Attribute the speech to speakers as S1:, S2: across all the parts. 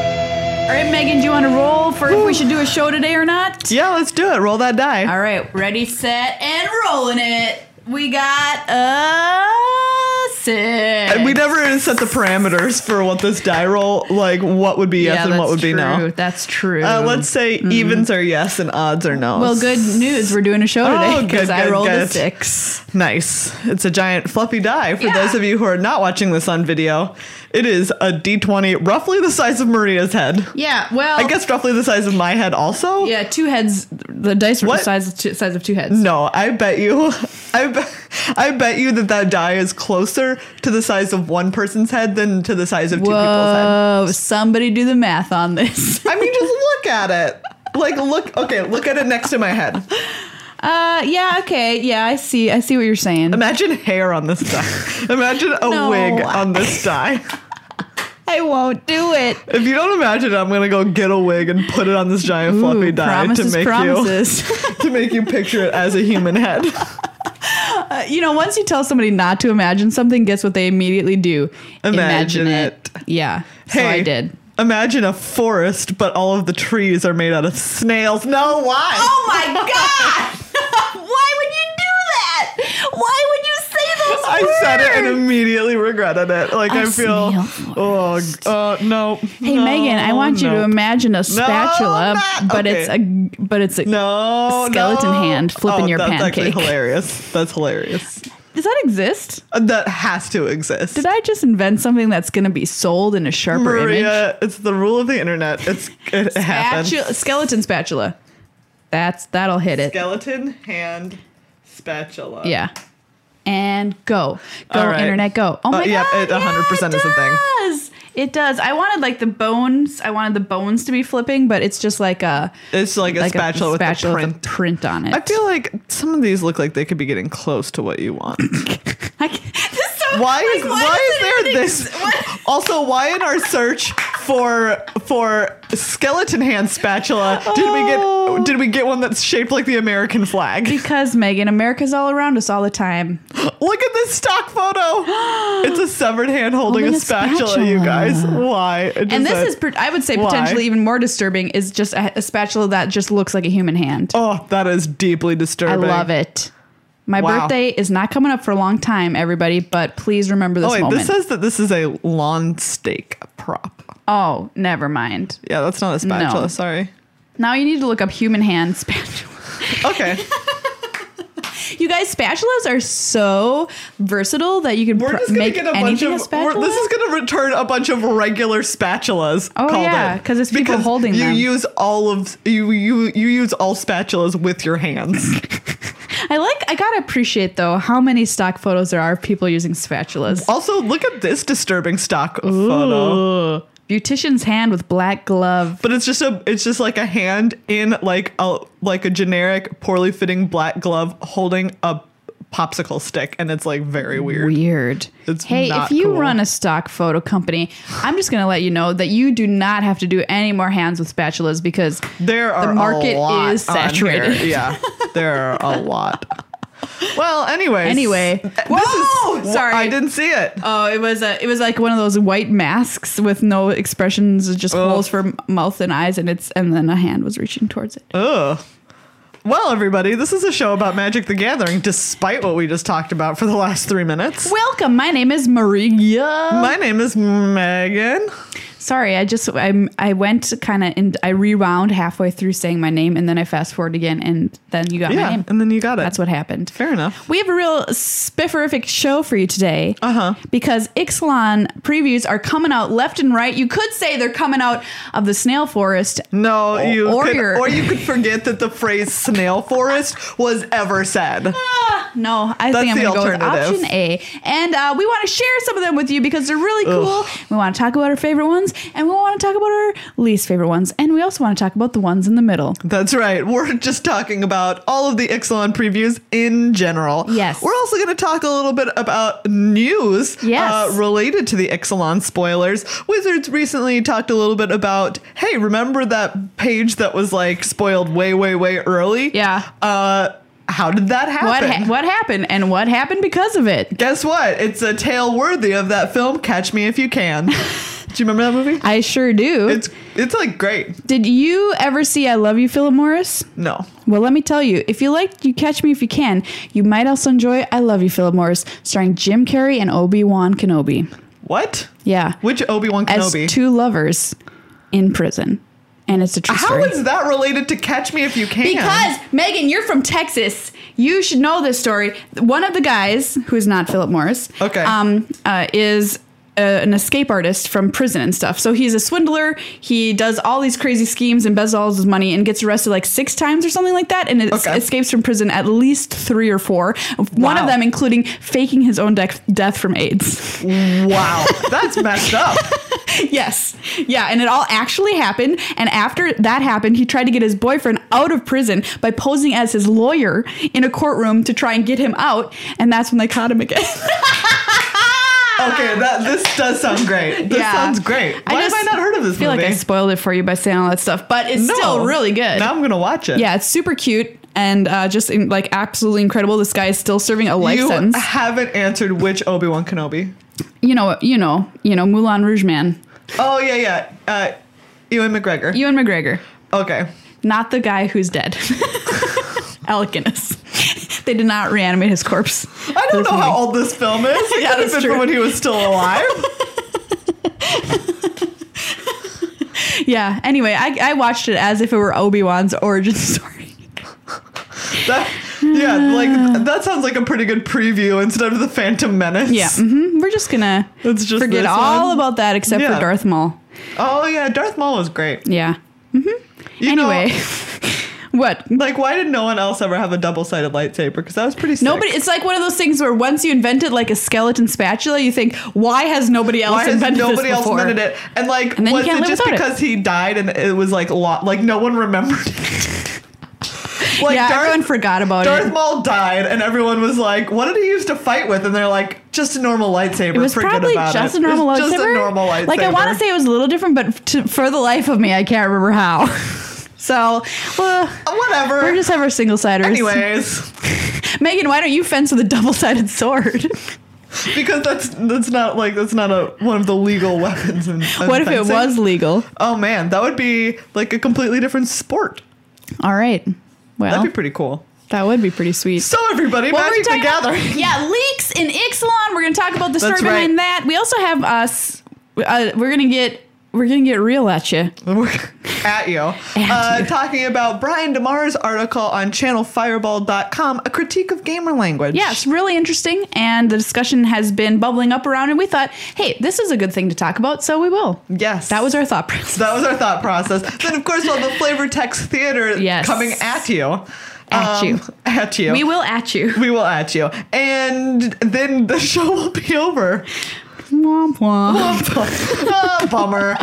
S1: All right, Megan, do you want to roll for if we should do a show today or not?
S2: Yeah, let's do it. Roll that die.
S1: All right, ready, set, and rolling it. We got a six.
S2: And we never even set the parameters for what this die roll, like what would be yes and what would be no.
S1: That's true. Mm-hmm.
S2: Uh, let's say evens are yes and odds are no.
S1: Well, good news. We're doing a show
S2: Oh,
S1: today
S2: good,
S1: because I
S2: good,
S1: rolled a
S2: good.
S1: six.
S2: Nice. It's a giant fluffy die. For
S1: Yeah.
S2: those of you who are not watching this on video, it is a d20, roughly the size of Maria's head.
S1: Yeah. Well,
S2: I guess roughly the size of my head also.
S1: Oh. Yeah, two heads. The dice were
S2: What?
S1: the size of two, size of two heads.
S2: No, I bet you, I, be- I bet you that that die is closer to the size of one person's head than to the size of two people's head.
S1: Whoa! Somebody do the math on this.
S2: I mean, just look at it. Like, look. Okay, look at it next to my head.
S1: Uh, yeah. Okay. Yeah, I see. I see what you're saying.
S2: Imagine hair on this die. Imagine a
S1: No.
S2: wig on this die.
S1: I won't do it.
S2: If you don't imagine, it, I'm gonna go get a wig and put it on this giant fluffy
S1: Ooh,
S2: die
S1: promises,
S2: to make
S1: promises. You.
S2: you to make you picture it as a human head.
S1: you know, once you tell somebody not to imagine something, guess what they immediately do?
S2: Imagine
S1: Yeah. so I did.
S2: Imagine a forest, but all of the trees are made out of snails. No, why?
S1: Oh my god! Why would you do that? Why would you say those
S2: I said it and immediately regretted it. Like
S1: A
S2: I feel,
S1: snail
S2: oh, g- uh, no.
S1: Hey Megan, I want you to imagine a spatula,
S2: not-
S1: but it's a
S2: okay.
S1: but it's a
S2: no
S1: skeleton
S2: no. Oh,
S1: hand flipping your
S2: that's Actually
S1: pancake.
S2: hilarious. That's hilarious.
S1: Does that exist?
S2: Uh, That has to exist.
S1: Did I just invent something that's going to be sold in a sharper image?
S2: Maria, it's the rule of the internet. It's it happens.
S1: Spatula, skeleton spatula. That's that'll hit it.
S2: Skeleton hand spatula.
S1: Yeah. And go. Go,
S2: Oh. All right.
S1: internet, go. Oh my
S2: Uh, yeah,
S1: god.
S2: it 100%
S1: yeah,
S2: is a thing.
S1: does. It does. I wanted like the bones. I wanted the bones to be flipping, but it's just like a
S2: It's like a
S1: like
S2: spatula,
S1: a spatula
S2: with a
S1: with
S2: print.
S1: a print on it.
S2: I feel like some of these look like they could be getting close to what you want.
S1: I can't- this is so-
S2: Why is
S1: like,
S2: why,
S1: does
S2: is there
S1: anything-
S2: this?
S1: what-
S2: Also, why in our search for for skeleton hand spatula did we
S1: Oh.
S2: get did we get one that's shaped like the American flag?
S1: Because Megan, America's all around us all the time.
S2: Look at this stock photo. It's a severed hand holding,
S1: Holding
S2: a
S1: a
S2: spatula, You guys, why? It
S1: And
S2: just
S1: this
S2: said-
S1: is, per- I would say,
S2: Why?
S1: potentially even more disturbing is just a, a spatula that just looks like a human hand.
S2: oh, that is deeply
S1: I
S2: disturbing.
S1: love it. My
S2: Wow.
S1: birthday is not coming up for a long time, everybody, but please remember this
S2: Oh wait,
S1: moment.
S2: this says that this is a lawn steak prop.
S1: oh, never mind.
S2: Yeah, that's not a spatula.
S1: No.
S2: Sorry.
S1: Now you need to look up human hand spatula.
S2: Okay,
S1: You guys, spatulas are so versatile that you can
S2: we're
S1: pr-
S2: just gonna
S1: make
S2: get a bunch
S1: anything
S2: of.
S1: a
S2: we're-
S1: spatula.
S2: this is gonna return a bunch of regular spatulas.
S1: Oh,
S2: called
S1: yeah,
S2: it.
S1: 'cause it's people
S2: Because
S1: holding
S2: you
S1: them.
S2: use all of you you you use all spatulas with your hands.
S1: I like. I gotta appreciate though how many stock photos there are of people using spatulas.
S2: also, look at this disturbing stock photo.
S1: Beautician's hand with black glove.
S2: But it's just a it's just like a hand in like a like a generic poorly fitting black glove holding a popsicle stick, and it's like very weird.
S1: Weird.
S2: It's
S1: hey,
S2: not
S1: if you
S2: cool.
S1: run a stock photo company, I'm just gonna let you know that you do not have to do any more hands with spatulas because
S2: There are
S1: the
S2: a
S1: market
S2: lot
S1: is
S2: on
S1: saturated.
S2: here. Yeah, there are a lot. Well, anyways.
S1: Anyway.
S2: this is-
S1: Whoa!
S2: wh-
S1: Sorry.
S2: I didn't see it.
S1: Oh, it was a, it was like one of those white masks with no expressions, just
S2: Oh.
S1: holes for m- mouth and eyes, and it's and then a hand was reaching towards it.
S2: Ugh. Well, everybody, this is a show about Magic the Gathering, despite what we just talked about for the last three minutes.
S1: Welcome, my name is Maria.
S2: My name is Megan.
S1: Sorry, I just I I went kind of and I rewound halfway through saying my name, and then I fast forward again, and then you got my
S2: Yeah,
S1: name.
S2: and then you got it.
S1: That's what happened.
S2: Fair enough.
S1: We have a real spifferific show for you today. Uh huh.
S2: Uh-huh.
S1: Because Ixalan previews are coming out left and right. You could say they're coming out of the snail forest.
S2: No, you
S1: or
S2: could,
S1: your-
S2: or you could forget that the phrase "snail forest" was ever said.
S1: Ah, No, I
S2: That's
S1: think I'm
S2: the
S1: going to go with
S2: alternative.
S1: option A. And uh, we want to share some of them with you because they're really cool. We want to talk about our favorite ones, and we want to talk about our least favorite ones, and we also want to talk about the ones in the middle.
S2: That's right. We're just talking about all of the Ixalan previews in general.
S1: Yes.
S2: We're also going to talk a little bit about news uh,
S1: Yes.
S2: related to the Ixalan spoilers. Wizards recently talked a little bit about hey, remember that page that was like spoiled way, way, way early?
S1: Yeah.
S2: Uh, how did that
S1: What
S2: happen?
S1: ha- what happened and what happened because of it?
S2: Guess what? It's a tale worthy of that film, Catch Me If You Can. Do you remember that movie?
S1: I sure do.
S2: It's it's like great.
S1: Did you ever see I Love You, Philip Morris?
S2: No.
S1: Well, let me tell you, if you liked You Catch Me If You Can, you might also enjoy I Love You, Philip Morris, starring Jim Carrey and Obi Wan Kenobi.
S2: What?
S1: Yeah.
S2: Which Obi Wan
S1: As
S2: Kenobi?
S1: two lovers in prison. And it's a true
S2: How
S1: story.
S2: is that related to Catch Me If You Can?
S1: Because Megan, you're from Texas, you should know this story. One of the guys who is not Philip Morris,
S2: Okay.
S1: um, uh, is uh an escape artist from prison and stuff. So he's a swindler. He does all these crazy schemes, embezzles all his money, and gets arrested like six times or something like that. And it
S2: Okay.
S1: escapes from prison at least three or four. One
S2: Wow.
S1: of them, including faking his own de- death from AIDS.
S2: wow, that's messed up.
S1: Yes. Yeah, and it all actually happened. And after that happened, he tried to get his boyfriend out of prison by posing as his lawyer in a courtroom to try and get him out. And that's when they caught him again.
S2: Okay, that this does sound great. This
S1: Yeah.
S2: sounds great. Why
S1: just
S2: have I not heard of this
S1: feel
S2: movie?
S1: like I spoiled it for you by saying all that stuff, but it's still really good.
S2: Now I'm gonna watch it.
S1: Yeah, it's super cute and uh, just in, like absolutely incredible. This guy is still serving a life
S2: you Ah.
S1: sentence.
S2: haven't answered which Obi Wan Kenobi.
S1: You know, you know, you know, Moulin Rouge man,
S2: Oh yeah, yeah. Uh, Ewan McGregor.
S1: Ewan McGregor.
S2: okay.
S1: not the guy who's dead. Alec Guinness. they did not reanimate his corpse.
S2: I don't know how old this film is. It
S1: Yeah,
S2: could have
S1: that's
S2: been
S1: true.
S2: from when he was still alive.
S1: Yeah. Anyway, I, I watched it as if it were Obi Wan's origin story.
S2: That- yeah, like that sounds like a pretty good preview instead of the Phantom Menace.
S1: Yeah. hmm We're just gonna
S2: It's just
S1: forget
S2: this
S1: all
S2: one?
S1: about that except
S2: Yeah.
S1: for Darth Maul.
S2: Oh yeah, Darth Maul was great.
S1: Yeah.
S2: You know,
S1: anyway, what?
S2: like why did no one else ever have a double-sided lightsaber? Because that was pretty. Sick.
S1: Nobody. It's like one of those things where once you invent it, like a skeleton spatula, you think, why has nobody else
S2: Why has
S1: invented
S2: nobody
S1: this
S2: else
S1: before?
S2: invented it? And like,
S1: And then you
S2: was
S1: can't
S2: it
S1: live
S2: just
S1: without it.
S2: because he died and it was like lot like no one remembered? it? like
S1: yeah,
S2: Darth,
S1: everyone forgot about
S2: Darth
S1: it.
S2: Maul died, and everyone was like, "What did he use to fight with?" And they're like, "Just a normal lightsaber."
S1: It was
S2: Forget
S1: probably
S2: about
S1: just
S2: it.
S1: a normal
S2: It's
S1: lightsaber.
S2: Just a normal lightsaber.
S1: Like I want to say it was a little different, but to, for the life of me, I can't remember how. so, well,
S2: whatever.
S1: we're just ever single siders.
S2: Anyways,
S1: Megan, why don't you fence with a double sided sword?
S2: because that's that's not like that's not a one of the legal weapons. In, in
S1: what if it
S2: fencing.
S1: was legal?
S2: Oh man, that would be like a completely different sport.
S1: All right. Well,
S2: That'd be pretty cool.
S1: that would be pretty sweet.
S2: So everybody,
S1: Well,
S2: Magic the
S1: talking about-
S2: Gathering.
S1: yeah, leaks in Ixalan. We're going to talk about the story
S2: That's right.
S1: behind that. We also have us. Uh, we're going to get. We're gonna get real at you.
S2: at you. uh,
S1: you.
S2: Talking about Brian DeMar's article on channelfireball.com, a critique of gamer language.
S1: Yeah, it's really interesting, and the discussion has been bubbling up around, and we thought, hey, this is a good thing to talk about, so we will.
S2: Yes.
S1: That was our thought process.
S2: that was our thought process. then, of course, we'll have a flavor text theater
S1: Yes.
S2: coming at you. Um,
S1: At you.
S2: At you.
S1: We will at you.
S2: We will at you. And then the show will be over.
S1: Womp womp.
S2: Ah, Bummer.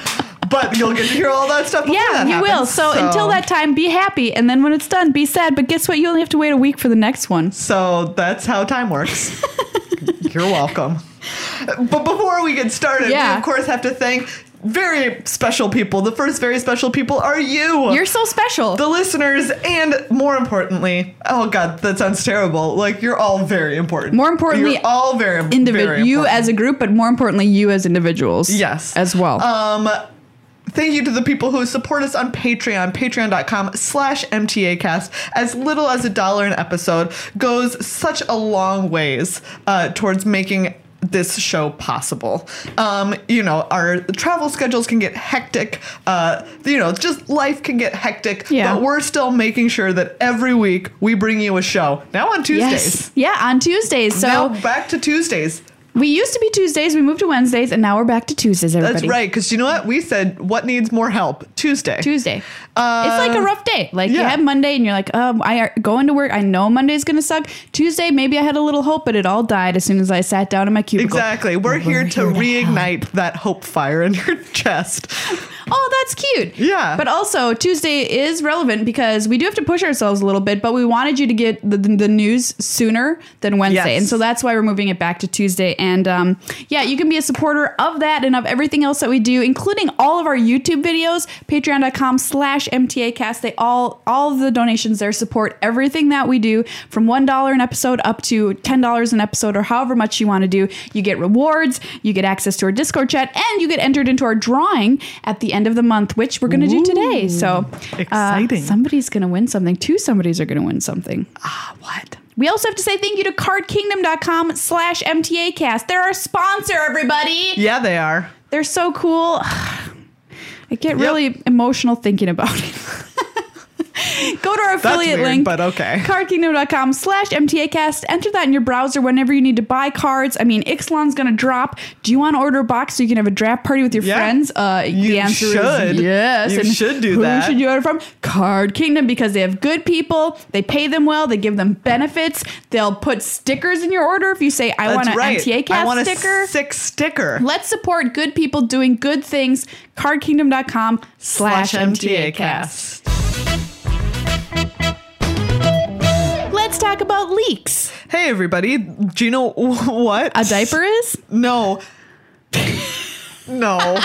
S2: But you'll get to hear all that stuff before
S1: Yeah,
S2: that
S1: you
S2: happens.
S1: will. So, until that time, be happy, and then when it's done, be sad. But guess what? You only have to wait a week for the next one.
S2: So that's how time works. You're welcome. But before we get started, we
S1: Yeah.
S2: of course have to thank very special people. The first very special people are you.
S1: You're so special.
S2: the listeners, and more importantly, oh god, that sounds terrible. Like you're all very important.
S1: More importantly,
S2: you're all very,
S1: Indivi-
S2: very
S1: you
S2: important.
S1: as a group, but more importantly, you as individuals.
S2: Yes.
S1: As well.
S2: Um, thank you to the people who support us on Patreon, patreon.com slash MTAcast. As little as a dollar an episode goes such a long ways uh, towards making this show possible. Um, you know, our travel schedules can get hectic. Uh, you know, just life can get hectic.
S1: Yeah.
S2: But we're still making sure that every week we bring you a show. Now on Tuesdays.
S1: yes. Yeah, on Tuesdays. So,
S2: Now back to Tuesdays.
S1: we used to be Tuesdays, we moved to Wednesdays, and now we're back to Tuesdays, everybody.
S2: That's right. Because you know what? We said what needs more help? Tuesday.
S1: Tuesday.
S2: Uh,
S1: it's like a rough day. Like you
S2: yeah.
S1: have Monday and you're like, um, I are going to work. I know Monday's going to suck. Tuesday, maybe I had a little hope, but it all died as soon as I sat down in my cubicle.
S2: Exactly. We're, here to
S1: here to
S2: reignite that hope fire in your chest.
S1: oh, that's cute.
S2: Yeah.
S1: But also, Tuesday is relevant because we do have to push ourselves a little bit, but we wanted you to get the, the, the news sooner than Wednesday.
S2: Yes.
S1: And so that's why we're moving it back to Tuesday. And um, yeah, you can be a supporter of that and of everything else that we do, including all of our YouTube videos, patreon.com slash MTAcast. They all, all of the donations there support everything that we do from $1 an episode up to $10 an episode or however much you want to do. You get rewards, you get access to our Discord chat, and you get entered into our drawing at the end of the month, which we're going to do today. So uh,
S2: Exciting.
S1: somebody's going to win something. Two somebodies are going to win something.
S2: What?
S1: We also have to say thank you to cardkingdom.com slash MTAcast. They're our sponsor, everybody.
S2: Yeah, they are.
S1: They're so cool. I get really emotional thinking about it. Go to our
S2: That's
S1: affiliate
S2: weird,
S1: link
S2: but okay.
S1: cardkingdom.com slash mtacast enter that in your browser whenever you need to buy cards i mean ixlon's gonna drop do you want to order a box so you can have a draft party with your
S2: Yeah.
S1: friends uh
S2: You
S1: the answer
S2: should.
S1: is yes
S2: You should do
S1: who
S2: that.
S1: should you order from card kingdom because they have good people they pay them well they give them benefits they'll put stickers in your order if you say i want
S2: That's
S1: an
S2: right.
S1: mta
S2: I want
S1: cast
S2: a
S1: sticker
S2: Six sticker.
S1: Let's support good people doing good things. Cardkingdom.com slash MTAcast. Let's talk about leaks.
S2: Hey everybody, do you know what?
S1: A diaper is?
S2: No. no.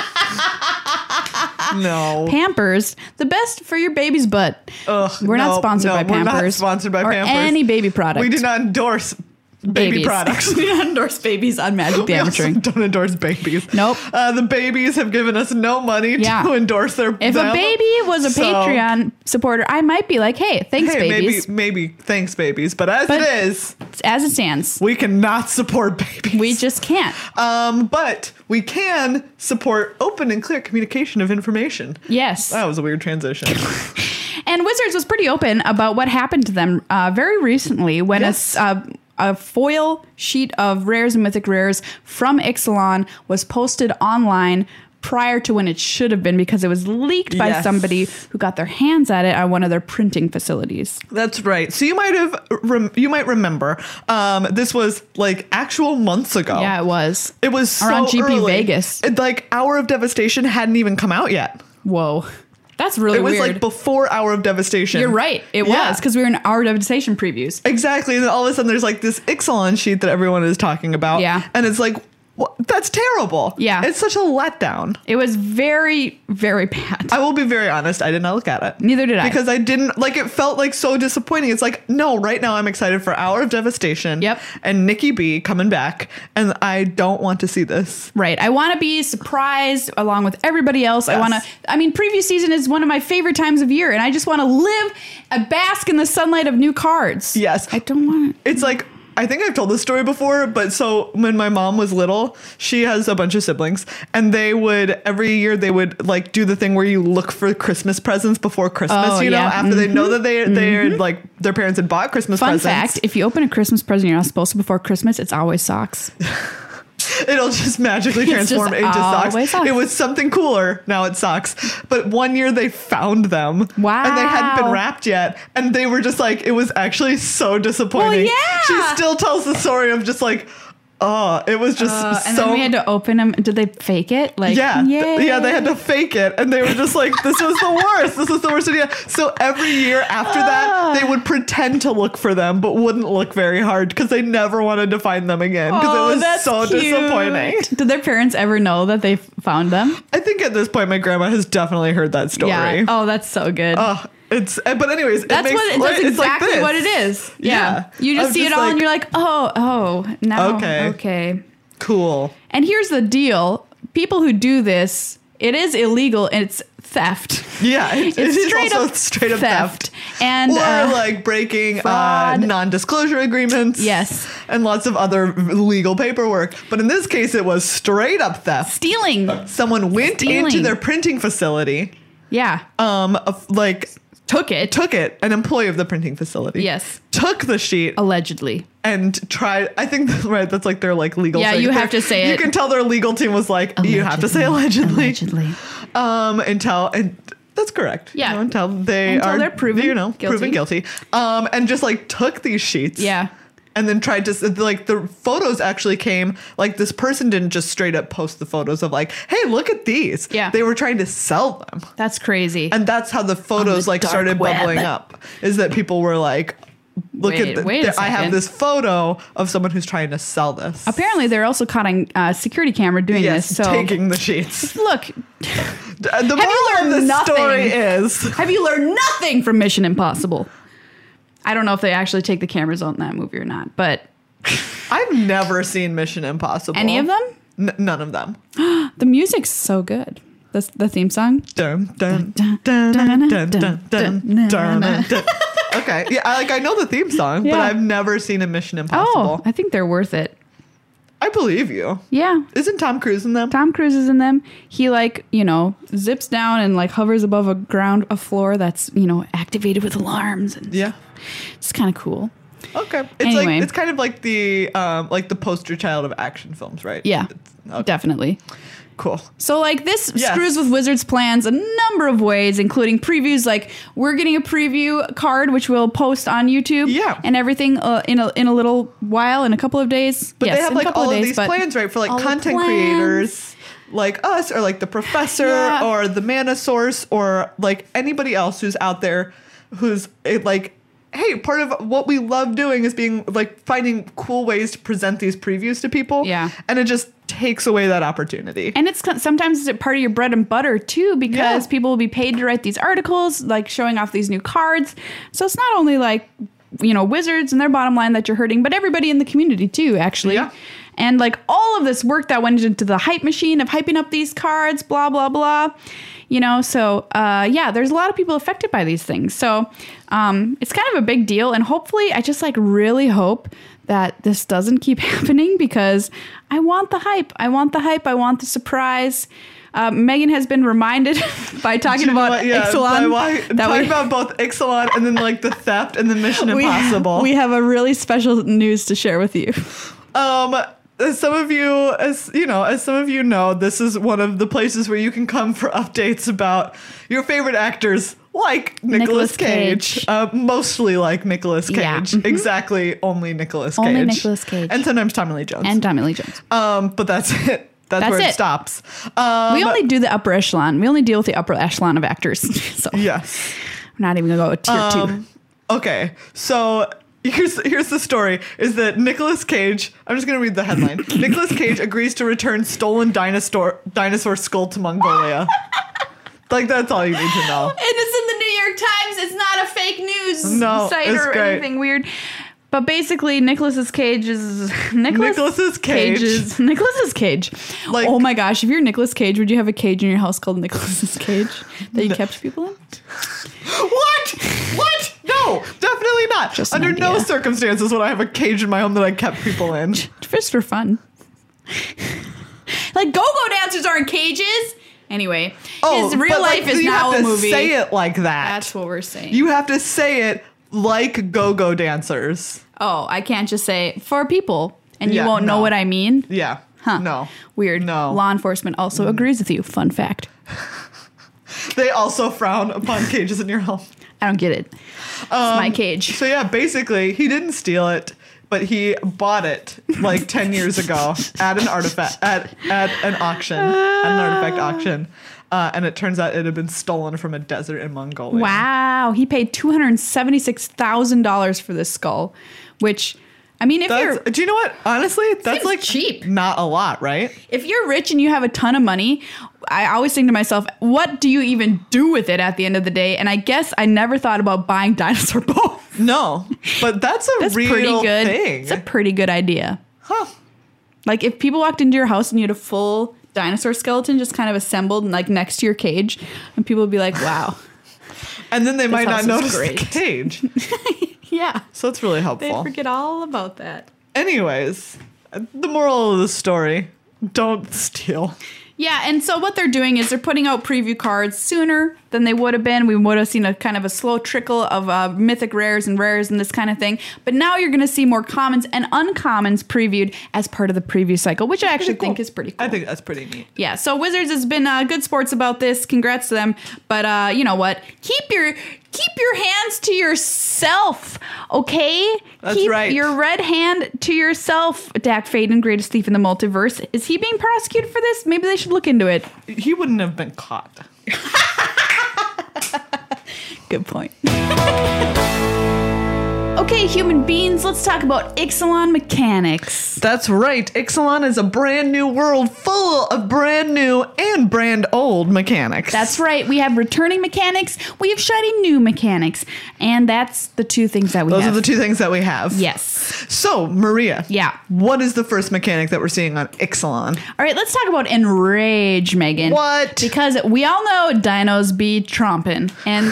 S2: no.
S1: Pampers, the best for your baby's butt.
S2: Ugh,
S1: we're
S2: no,
S1: not sponsored
S2: no,
S1: by
S2: we're
S1: Pampers.
S2: not sponsored by
S1: or
S2: Pampers.
S1: Any baby product.
S2: We do not endorse baby
S1: Babies.
S2: products.
S1: we don't endorse babies on Magic the
S2: We also
S1: Amateur.
S2: don't endorse babies.
S1: Nope.
S2: Uh, the babies have given us no money
S1: Yeah.
S2: to endorse their.
S1: If a
S2: them.
S1: baby was a
S2: So,
S1: Patreon supporter, I might be like, hey, thanks,
S2: hey,
S1: babies.
S2: maybe, maybe thanks, babies. But as
S1: But-
S2: it is,
S1: As it stands,
S2: we cannot support babies.
S1: we just can't.
S2: Um, but we can support open and clear communication of information.
S1: Yes.
S2: That was a weird transition.
S1: And Wizards was pretty open about what happened to them uh, very recently when
S2: Yes.
S1: a, uh, a foil sheet of rares and mythic rares from Ixalan was posted online prior to when it should have been because it was leaked by
S2: Yes.
S1: somebody who got their hands at it at one of their printing facilities.
S2: That's right. So you might have rem- you might remember um, this was like actual months ago.
S1: Yeah, it was.
S2: It was so
S1: Or on GP
S2: early.
S1: Vegas.
S2: It, like Hour of Devastation hadn't even come out yet.
S1: Whoa. That's really
S2: It was
S1: weird.
S2: like before Hour of Devastation.
S1: You're right. It
S2: Yeah.
S1: was because we were in our devastation previews.
S2: Exactly. And then all of a sudden there's like this Ixalan sheet that everyone is talking about.
S1: Yeah.
S2: And it's like, wha- that's terrible.
S1: Yeah.
S2: It's such a letdown.
S1: It was very, very bad.
S2: I will be very honest. I did not look at it.
S1: Neither did I.
S2: Because I didn't like. It felt like so disappointing. It's like no. Right now, I'm excited for Hour of Devastation.
S1: Yep.
S2: And Nikki B coming back, and I don't want to see this.
S1: Right. I want to be surprised along with everybody else. I
S2: Yes.
S1: want to, I mean, preview season is one of my favorite times of year, and I just want to live a bask in the sunlight of new cards.
S2: Yes.
S1: I don't want to.
S2: It's like. I think I've told this story before, but so when my mom was little, she has a bunch of siblings, and they would every year they would like do the thing where you look for Christmas presents before Christmas,
S1: Oh,
S2: you know,
S1: yeah. Mm-hmm.
S2: after they know that they they like their parents had bought Christmas
S1: Fun
S2: presents.
S1: fact if you open a Christmas present you're not supposed to before Christmas, it's always socks.
S2: It'll just magically
S1: It's just
S2: transform into socks.
S1: always socks.
S2: It was something cooler. Now it sucks. But one year they found them. And they hadn't been
S1: Wow.
S2: wrapped yet. And they were just like, it was actually so disappointing.
S1: yeah.
S2: She still tells the story of just like, oh, it was just
S1: Uh, and
S2: so.
S1: then we had to open them. Did they fake it? Like,
S2: yeah, th-
S1: yay.
S2: yeah, they had to fake it, and they were just like, "This was the worst. This is the worst idea." So every year after that,
S1: Ah.
S2: they would pretend to look for them, but wouldn't look very hard because they never wanted to find them again because
S1: Oh,
S2: it was
S1: that's
S2: so
S1: cute.
S2: disappointing.
S1: Did their parents ever know that they f- found them?
S2: I think at this point, my grandma has definitely heard that story.
S1: Yeah. Oh, that's so good.
S2: Ugh, it's uh, but anyways,
S1: That's
S2: it makes,
S1: what that's
S2: it's like
S1: exactly
S2: this.
S1: what it is. Yeah.
S2: Yeah.
S1: You just
S2: I'm
S1: see
S2: just
S1: it all and
S2: like-
S1: you're like, oh, oh, now
S2: Okay.
S1: okay.
S2: Cool.
S1: And here's the deal. People who do this, it is illegal and it's theft.
S2: Yeah, it- it is also straight up theft,
S1: And
S2: or
S1: uh,
S2: like breaking uh,
S1: fraud.
S2: non-disclosure agreements.
S1: Yes.
S2: and lots of other legal paperwork. But in this case, it was straight up theft.
S1: stealing.
S2: Uh, Someone went into
S1: Stealing.
S2: their printing facility,
S1: Yeah.
S2: um, of- like
S1: Took it.
S2: took it, an employee of the printing facility.
S1: Yes.
S2: took the sheet
S1: Allegedly.
S2: and tried. I think right. That's like their like legal.
S1: Yeah,
S2: thing.
S1: you
S2: Their-
S1: have to say
S2: You
S1: it.
S2: can tell their legal team was like, you have to say allegedly.
S1: Allegedly.
S2: Um, until and that's correct. You
S1: Yeah.
S2: know, until they
S1: Until
S2: are
S1: they're proven
S2: you know
S1: guilty.
S2: proven guilty. Um, and just like took these sheets.
S1: Yeah.
S2: and then tried to s- like the photos actually came like this person didn't just straight up post the photos of like, hey, look at these.
S1: Yeah.
S2: they were trying to sell them,
S1: That's crazy.
S2: and that's how the photos like
S1: dark
S2: started
S1: web.
S2: bubbling up. Is that people were like. Look
S1: Wait-
S2: at the,
S1: wait a
S2: there- I have
S1: second.
S2: this photo of someone who's trying to sell this.
S1: Apparently, they're also caught on uh, security camera doing
S2: yes,
S1: this. So
S2: taking the sheets.
S1: look,
S2: The moral
S1: learned
S2: of the
S1: nothing?
S2: story is
S1: have you learned nothing from Mission Impossible? I don't know if they actually take the cameras on that movie or not, but
S2: I've never seen Mission Impossible.
S1: any of them?
S2: N- none of them.
S1: The music's so good. The, the theme song.
S2: Dun, dun, dun, dun, dun, dun, dun, dun, dun, dun. Okay. Yeah, I, like I know the theme song, but
S1: Yeah.
S2: I've never seen a Mission
S1: Oh,
S2: Impossible.
S1: I think they're worth it.
S2: I believe you.
S1: Yeah.
S2: Isn't Tom Cruise in them?
S1: Tom Cruise is in them. He like, you know, zips down and like hovers above a ground a floor that's, you know, activated with alarms and
S2: Yeah.
S1: it's kind of cool.
S2: Okay. It's
S1: Anyway.
S2: like it's kind of like the um like the poster child of action films, right?
S1: Yeah.
S2: It's- okay,
S1: Definitely.
S2: cool.
S1: So like this
S2: Yes.
S1: screws with Wizards plans a number of ways including previews like we're getting a preview card which we'll post on YouTube
S2: Yeah.
S1: and everything uh, in a in a little while in a couple of days.
S2: But
S1: Yes,
S2: they have
S1: in a
S2: like
S1: couple
S2: all of,
S1: days,
S2: these
S1: but-
S2: plans, right? For like
S1: All the
S2: content
S1: plans.
S2: creators like us or like the professor
S1: Yeah.
S2: or the mana source or like anybody else who's out there who's eh, like hey part of what we love doing is being like finding cool ways to present these previews to people
S1: Yeah.
S2: and it just takes away that opportunity
S1: And it's con- sometimes it's part of your bread and butter too, because
S2: Yeah.
S1: people will be paid to write these articles, like showing off these new cards. So it's not only like you know wizards and their bottom line that you're hurting, but everybody in the community too, actually.
S2: Yeah.
S1: And like all of this work that went into the hype machine of hyping up these cards, blah blah blah. You know, so uh, yeah, there's a lot of people affected by these things. So um, it's kind of a big deal, and hopefully, I just like really hope that this doesn't keep happening because I want the hype. I want the hype. I want the surprise. Uh, Megan has been reminded by
S2: Do
S1: talking
S2: you know
S1: about
S2: what? Yeah,
S1: Ixalan
S2: by why-
S1: that
S2: talking
S1: we-
S2: about both Ixalan and then like the theft and then Mission
S1: we,
S2: Impossible.
S1: we have a really special news to share with you.
S2: Um, as some of you, as you know, as some of you know, this is one of the places where you can come for updates about your favorite actors, like Nicolas
S1: Nicolas
S2: Cage,
S1: Cage.
S2: Uh, mostly like Nicolas Cage,
S1: Yeah. Mhm.
S2: exactly only Nicolas Cage,
S1: Only Nicolas Cage.
S2: and sometimes Tommy Lee Jones.
S1: And Tommy Lee Jones.
S2: um, but that's it. That's,
S1: That's
S2: where it,
S1: it.
S2: stops. Um,
S1: we only do the upper echelon. We only deal with the upper echelon of actors. so
S2: yes.
S1: I'm not even going to go tier two.
S2: Um, okay, so here's here's the story: is that Nicolas Cage? I'm just gonna read the headline. Nicolas Cage agrees to return stolen dinosaur dinosaur skull to Mongolia. like that's all you need to know.
S1: And it's in the New York Times. It's not a fake news
S2: No,
S1: site
S2: it's
S1: or
S2: great.
S1: anything weird. But basically, Nicholas's Cage is Nicholas
S2: Nicolas's Cage.
S1: is Nicholas's Cage.
S2: Like-
S1: oh my gosh! If you're Nicholas Cage, would you have a cage in your house called Nicholas's Cage that you kept people in?
S2: What? What? No, definitely not.
S1: Just an
S2: Under no
S1: idea.
S2: circumstances would I have a cage in my home that I kept people in.
S1: Just for fun. like go-go dancers aren't cages. Anyway, his real
S2: Oh, but, like,
S1: life is
S2: you
S1: now
S2: have
S1: a
S2: to
S1: movie.
S2: Say it like that.
S1: That's what we're saying.
S2: you have to say it like go-go dancers.
S1: oh, I can't just say for people, and
S2: Yeah,
S1: you won't
S2: no.
S1: know what I mean.
S2: Yeah.
S1: Huh.
S2: No.
S1: Weird.
S2: No. Mm-hmm.
S1: Law enforcement also agrees with you. Fun fact.
S2: They also frown upon cages in your home.
S1: I don't get it. it's my cage.
S2: Um, So yeah, basically, he didn't steal it, but he bought it like ten years ago at an artifact at at an auction at an artifact auction, uh, and it turns out it had been stolen from a desert in Mongolia.
S1: Wow. He paid $276,000 for this skull, which, I mean, if
S2: That's,
S1: you're.
S2: do you know what? Honestly, that's
S1: Seems
S2: like
S1: cheap.
S2: Not a lot, right?
S1: If you're rich and you have a ton of money, I always think to myself, what do you even do with it at the end of the day? And I guess I never thought about buying dinosaur bones.
S2: No, but that's a
S1: That's
S2: real
S1: pretty good.
S2: thing.
S1: It's a pretty good idea.
S2: huh.
S1: Like if people walked into your house and you had a full dinosaur skeleton just kind of assembled and like next to your cage, and people would be like, "Wow,
S2: And then they might
S1: house
S2: not
S1: is
S2: notice
S1: great.
S2: the cage,
S1: yeah."
S2: so it's really
S1: They
S2: helpful.
S1: forget all about that.
S2: Anyways, the moral of the story: don't steal.
S1: Yeah, and so what they're doing is they're putting out preview cards sooner than they would have been. We would have seen a kind of a slow trickle of uh, mythic rares and rares and this kind of thing. But now you're going to see more commons and uncommons previewed as part of the preview cycle, which I actually think is pretty cool.
S2: I think that's pretty neat.
S1: Yeah, so Wizards has been uh, good sports about this. Congrats to them. But uh, you know what? Keep your keep your hands to yourself, okay?
S2: That's
S1: keep
S2: right.
S1: your red hand to yourself. Dak Faden, greatest thief in the multiverse. Is he being prosecuted for this? Maybe they should look into it.
S2: He wouldn't have been caught.
S1: Good point. okay, human beings, let's talk about Ixalan mechanics.
S2: That's right. Ixalan is a brand new world full of brand new and brand old mechanics.
S1: That's right. We have returning mechanics. We have shiny new mechanics, and that's the two things that we
S2: Those
S1: have.
S2: are the two things that we have.
S1: yes.
S2: So, Maria.
S1: Yeah.
S2: What is the first mechanic that we're seeing on Ixalan?
S1: All right, let's talk about enrage, Megan.
S2: What?
S1: Because we all know dinos be tromping and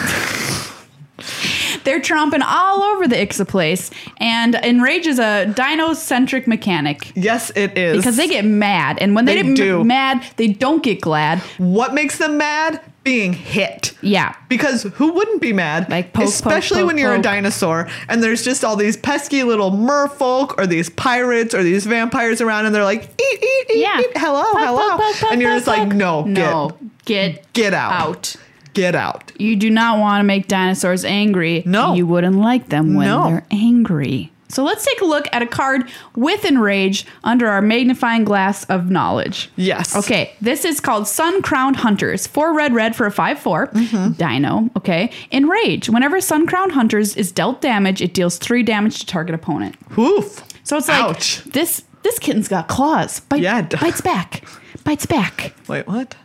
S1: they're tromping all over the Ixa place. And enrage is a dino-centric mechanic
S2: Yes, it is.
S1: because they get mad, and when they,
S2: They
S1: get m-
S2: do.
S1: mad, they don't get glad.
S2: what makes them mad? Being hit.
S1: Yeah.
S2: Because who wouldn't be mad?
S1: Like poke, poke,
S2: especially
S1: poke,
S2: when you're a
S1: poke.
S2: dinosaur and there's just all these pesky little merfolk or these pirates or these vampires around and they're like, eat, eat, eat,
S1: Yeah.
S2: eat, hello,
S1: Poke,
S2: hello.
S1: poke, poke,
S2: and you're
S1: poke,
S2: just like,
S1: poke.
S2: no,
S1: no, get
S2: get, get out.
S1: out.
S2: Get out.
S1: You do not want to make dinosaurs angry.
S2: No.
S1: You wouldn't like them when
S2: No.
S1: they're angry. So let's take a look at a card with Enrage under our magnifying glass of knowledge.
S2: Yes.
S1: Okay, this is called Sun Crowned Hunters. Four red, red for a 5 4.
S2: Mm-hmm.
S1: Dino. Okay. Enrage. Whenever Sun Crowned Hunters is dealt damage, it deals three damage to target opponent.
S2: Oof.
S1: So it's like
S2: Ouch.
S1: this this kitten's got claws. Bite,
S2: Yeah, it does.
S1: bites back. Bites back.
S2: Wait, what?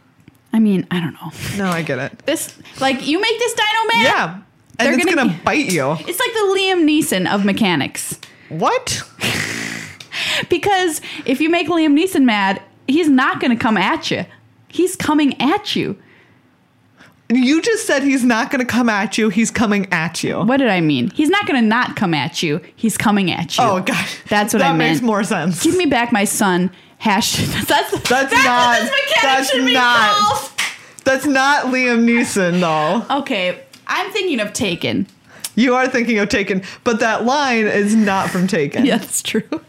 S1: I mean, I don't know.
S2: No, I get it.
S1: This like you make this dino man.
S2: Yeah. And
S1: They're
S2: it's
S1: gonna
S2: gonna,
S1: be-
S2: bite you.
S1: It's like the Liam Neeson of mechanics.
S2: What?
S1: Because if you make Liam Neeson mad, he's not going to come at you. He's coming at you.
S2: You just said he's not gonna come at you. He's coming at you.
S1: What did I mean? He's not going to not come at you. He's coming at you.
S2: Oh god.
S1: That's what
S2: that
S1: I meant.
S2: makes more sense.
S1: Give me back my son. Hash. That's that's,
S2: not-
S1: what this mechanic
S2: that's
S1: should be
S2: not-
S1: called.
S2: That's not Liam Neeson though.
S1: Okay, I'm thinking of Taken.
S2: You are thinking of Taken, but that line is not from Taken.
S1: Yeah, that's true.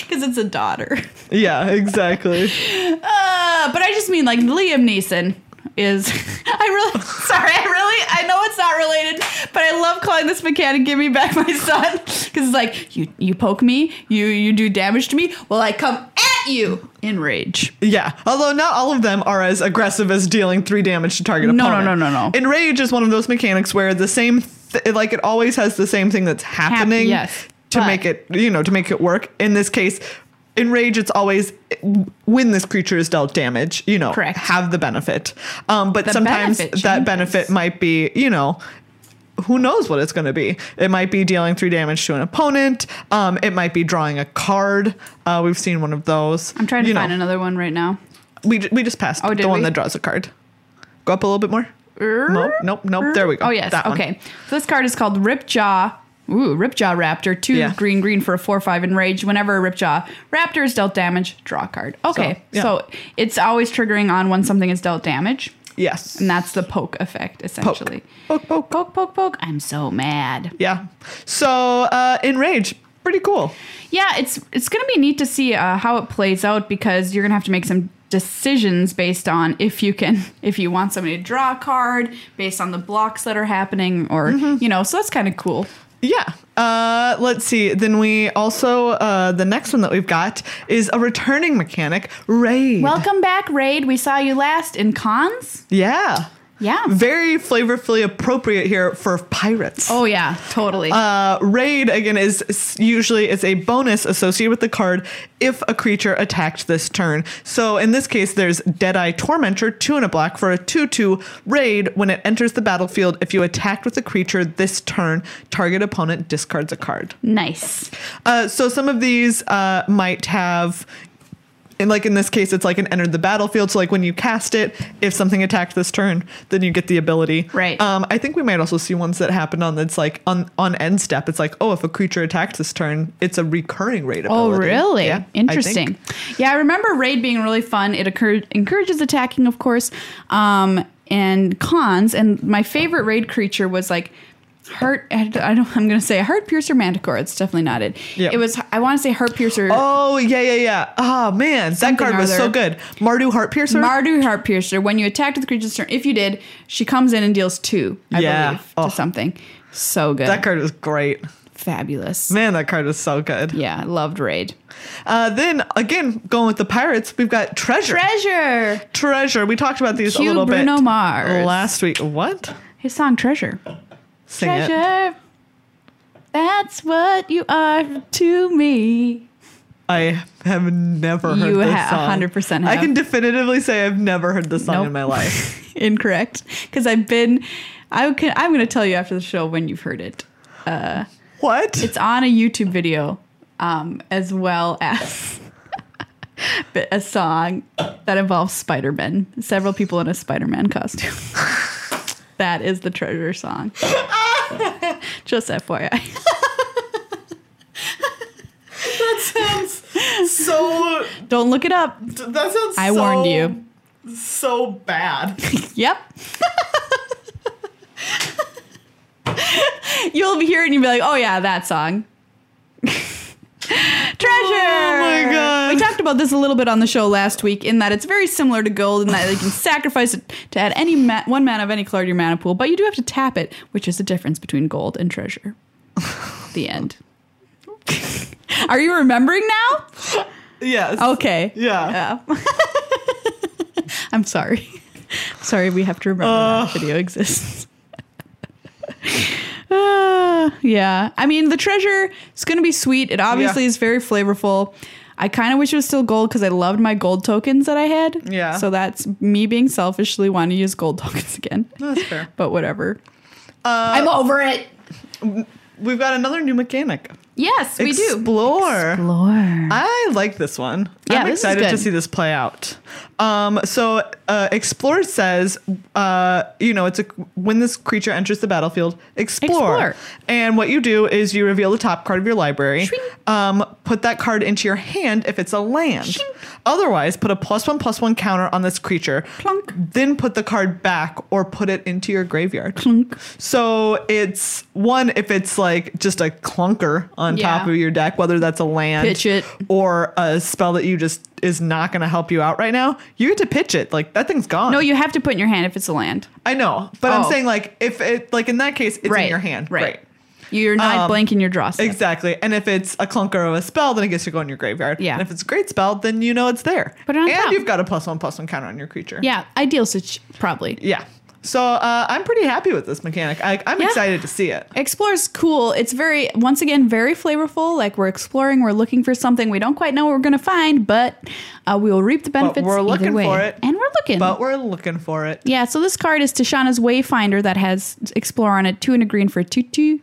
S1: Because it's a daughter.
S2: Yeah, exactly.
S1: Uh, but I just mean like Liam Neeson is. I really sorry. I really I know it's not related, but I love calling this mechanic "Give Me Back My Son" because it's like you you poke me, you you do damage to me. Well, I come at you in rage.
S2: Yeah. Although not all of them are as aggressive as dealing three damage to target
S1: No, no,
S2: opponent.
S1: no, no, no.
S2: Enrage is one of those mechanics where the same, th- like it always has the same thing that's happening
S1: yes,
S2: to
S1: but-
S2: make it, you know, to make it work. In this case, enrage, it's always when this creature is dealt damage, you know,
S1: Correct.
S2: have the benefit. Um, but sometimes
S1: benefit
S2: that
S1: changes.
S2: benefit might be, you know, who knows what it's going to be? It might be dealing three damage to an opponent. Um, it might be drawing a card. Uh, we've seen one of those.
S1: I'm trying to
S2: You know,
S1: find another one right now.
S2: we, ju- we just passed
S1: Oh,
S2: the
S1: did
S2: one
S1: we?
S2: that draws a card. Go up a little bit more. Nope, nope, nope. There we go.
S1: Oh yes.
S2: That one.
S1: okay. So this card is called Ripjaw. Ooh, Ripjaw Raptor. Two
S2: Yeah.
S1: green, green for a four five enrage. Whenever a Ripjaw Raptor is dealt damage, draw a card. Okay.
S2: So, yeah.
S1: So it's always triggering on when something is dealt damage,
S2: Yes.
S1: and that's the poke effect essentially.
S2: Poke, poke.
S1: Poke, poke, poke. I'm so mad.
S2: Yeah. So uh, enrage, pretty cool.
S1: Yeah, it's it's gonna be neat to see uh, how it plays out because you're gonna have to make some decisions based on if you can if you want somebody to draw a card based on the blocks that are happening or you know so that's kind of cool
S2: Yeah. Uh, let's see. Then we also uh, the next one that we've got is a returning mechanic, raid.
S1: Welcome back, Raid. We saw you last in cons.
S2: yeah.
S1: Yeah.
S2: Very flavorfully appropriate here for pirates.
S1: oh yeah, totally.
S2: Uh, raid again is s- usually is a bonus associated with the card if a creature attacked this turn. So in this case, there's Deadeye Tormentor, two and a black for a two-two raid. When it enters the battlefield, if you attacked with a creature this turn, target opponent discards a card.
S1: nice.
S2: Uh, so some of these uh, might have. And like in this case, it's like an entered the battlefield. So like when you cast it, if something attacked this turn, then you get the ability.
S1: Right.
S2: Um, I think we might also see ones that happen on that's like on on end step. It's like oh, if a creature attacked this turn, it's a recurring rate
S1: Oh
S2: ability.
S1: really?
S2: Yeah, I think.
S1: Interesting. yeah, I remember Raid being really fun. It occurred, encourages attacking, of course, um, and cons. And my favorite Raid creature was like Heart, I don't, I don't- I'm going to say heart piercer manticore. It's definitely not it.
S2: Yeah.
S1: It was, I want to say heart piercer.
S2: Oh yeah, yeah, yeah. Oh man,
S1: Something
S2: that card
S1: or
S2: was so
S1: other.
S2: good. Mardu Heartpiercer.
S1: Mardu Heartpiercer, when you attack with the creature's turn, if you did, she comes in and deals two, I
S2: Yeah.
S1: believe,
S2: Oh.
S1: to something. So good.
S2: that card was great.
S1: Fabulous.
S2: Man, that card was so good.
S1: Yeah, I loved Raid.
S2: Uh, then again, going with the pirates, we've got treasure.
S1: Treasure.
S2: treasure. We talked about these a
S1: Cue
S2: little
S1: Bruno
S2: bit
S1: Mars.
S2: last week. What?
S1: His song Treasure.
S2: Sing it.
S1: Treasure. That's what you are to me.
S2: I have never heard
S1: You
S2: this
S1: ha-
S2: song.
S1: 100%
S2: I
S1: have.
S2: can definitively say I've never heard this song
S1: Nope.
S2: in my life.
S1: Incorrect. Because I've been, I can, I'm going to tell you after the show when you've heard it.
S2: What?
S1: It's on a YouTube video um, as well as a song that involves Spider Man. Several people in a Spider Man costume. that is the treasure song. Just FYI.
S2: so
S1: Don't look it up.
S2: that sounds.
S1: I warned you.
S2: So bad.
S1: Yep. You'll hear it and you'll be like, oh yeah, that song. Treasure! Oh
S2: my God.
S1: We talked about this a little bit on the show last week in that it's very similar to gold in that you can sacrifice it to add any ma- one mana of any color to your mana pool, but you do have to tap it, which is the difference between gold and treasure. the end. Are you remembering now?
S2: Yes.
S1: Okay.
S2: Yeah.
S1: Yeah. I'm sorry. Sorry, we have to remember that video exists. Uh, yeah. I mean, the treasure is going to be sweet. It obviously
S2: Yeah.
S1: is very flavorful. I kind of wish it was still gold because I loved my gold tokens that I had.
S2: Yeah.
S1: So that's me being selfishly wanting to use gold tokens again.
S2: That's fair.
S1: But whatever.
S2: Uh,
S1: I'm over it.
S2: We've got another new mechanic.
S1: Yes, we do.
S2: Explore.
S1: Explore.
S2: I like this one.
S1: Yeah,
S2: I'm
S1: this is
S2: excited to
S1: good.
S2: see this play out. Um, so uh, Explore says, uh, you know, it's a when this creature enters the battlefield, explore.
S1: Explore.
S2: And what you do is you reveal the top card of your library.
S1: Shwing.
S2: Um, put that card into your hand if it's a land. Otherwise, put a plus one plus one counter on this creature.
S1: Plunk.
S2: Then put the card back or put it into your graveyard.
S1: Plunk.
S2: So it's one if it's like just a clunker on
S1: Yeah.
S2: top of your deck, whether that's a land
S1: Pitch it.
S2: or a spell that you just is not going to help you out right now. You get to pitch it. Like that thing's gone.
S1: No, you have to put in your hand if it's a land.
S2: I know, but I'm
S1: Oh.
S2: saying like if it like in that case it's in your hand,
S1: Right. You're not
S2: Um,
S1: blanking your draw step.
S2: Exactly. And if it's a clunker of a spell, then it gets to go in your graveyard.
S1: Yeah.
S2: And if it's a great spell, then you know it's there.
S1: Put it on
S2: and
S1: top.
S2: you've got a plus one plus one counter on your creature.
S1: yeah, ideal such probably.
S2: Yeah. So uh, I'm pretty happy with this mechanic. I, I'm
S1: Yeah.
S2: excited to see it.
S1: Explore's cool. It's very once again very flavorful. Like we're exploring, we're looking for something we don't quite know what we're gonna find, but uh, we will reap the benefits.
S2: we're
S1: either
S2: looking
S1: way.
S2: for it.
S1: and we're looking.
S2: But we're looking for it.
S1: yeah, so this card is Tashana's Wayfinder that has Explore on it, two and a green for two two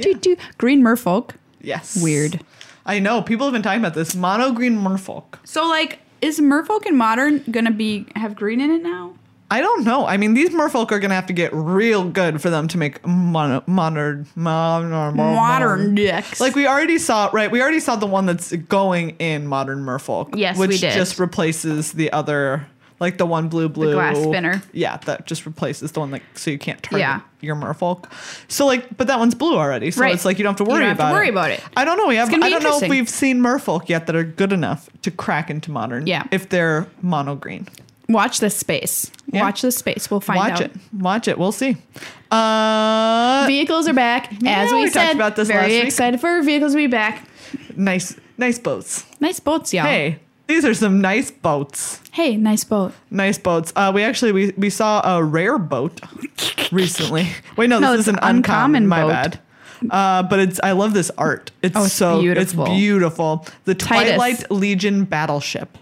S1: two
S2: Yeah.
S1: two green merfolk.
S2: Yes.
S1: Weird.
S2: I know. People have been talking about this. Mono green merfolk.
S1: So like, is merfolk in modern gonna be have green in it now?
S2: I don't know. I mean, these merfolk are going to have to get real good for them to make mono, modern, modern,
S1: Modern decks.
S2: Like we already saw, right? We already saw the one that's going in modern merfolk.
S1: Yes,
S2: which
S1: we did.
S2: just replaces the other, like the one blue blue
S1: glass spinner.
S2: Yeah, that just replaces the one like so you can't target
S1: Yeah.
S2: your merfolk. So like, but that one's blue already, so
S1: Right.
S2: it's like you don't have to
S1: You don't
S2: worry
S1: have to
S2: about
S1: worry
S2: it.
S1: about it.
S2: I don't know. We have.
S1: gonna
S2: I
S1: be
S2: don't know if
S1: interesting.
S2: we've seen merfolk yet that are good enough to crack into modern.
S1: Yeah.
S2: if they're mono green.
S1: Watch this space.
S2: Yeah.
S1: Watch this space. We'll find
S2: Watch
S1: out.
S2: it. Watch it. We'll see. Uh,
S1: Vehicles are back,
S2: Yeah,
S1: as we,
S2: we talked
S1: said.
S2: about this
S1: very
S2: last week.
S1: excited for vehicles to be back.
S2: nice, nice boats.
S1: Nice boats, y'all.
S2: Hey, these are some nice boats.
S1: Hey, nice boat.
S2: Nice boats. Uh, we actually we, we saw a rare boat recently. Wait, no, this
S1: No,
S2: is an
S1: it's
S2: uncommon.
S1: uncommon
S2: my
S1: boat.
S2: bad. Uh, but it's I love this art. It's
S1: Oh, it's
S2: so
S1: beautiful.
S2: it's beautiful. The
S1: Titus.
S2: Twilight Legion battleship.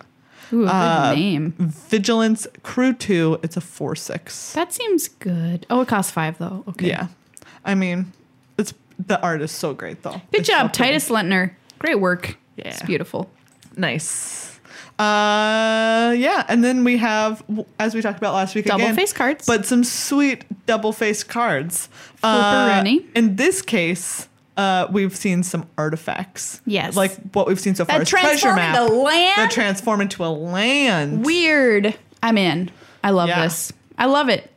S1: Ooh, good
S2: Uh,
S1: name.
S2: Vigilance crew two. It's a four six.
S1: That seems good. Oh, it costs five though. Okay.
S2: Yeah, I mean, it's the art is so great though.
S1: Good
S2: It's so
S1: job,
S2: pretty.
S1: Titus Lentner. Great work.
S2: Yeah.
S1: It's beautiful.
S2: Nice. Uh, yeah, and then we have, w- as we talked about last week,
S1: Double
S2: again,
S1: face cards.
S2: but some sweet double face cards. Uh,
S1: Flipperoni.
S2: in this case, uh, we've seen some artifacts.
S1: Yes.
S2: like what we've seen so far.
S1: That
S2: is treasure
S1: transform
S2: map
S1: into land?
S2: That transform into a land.
S1: Weird. I'm in. I love
S2: Yeah.
S1: this. I love it.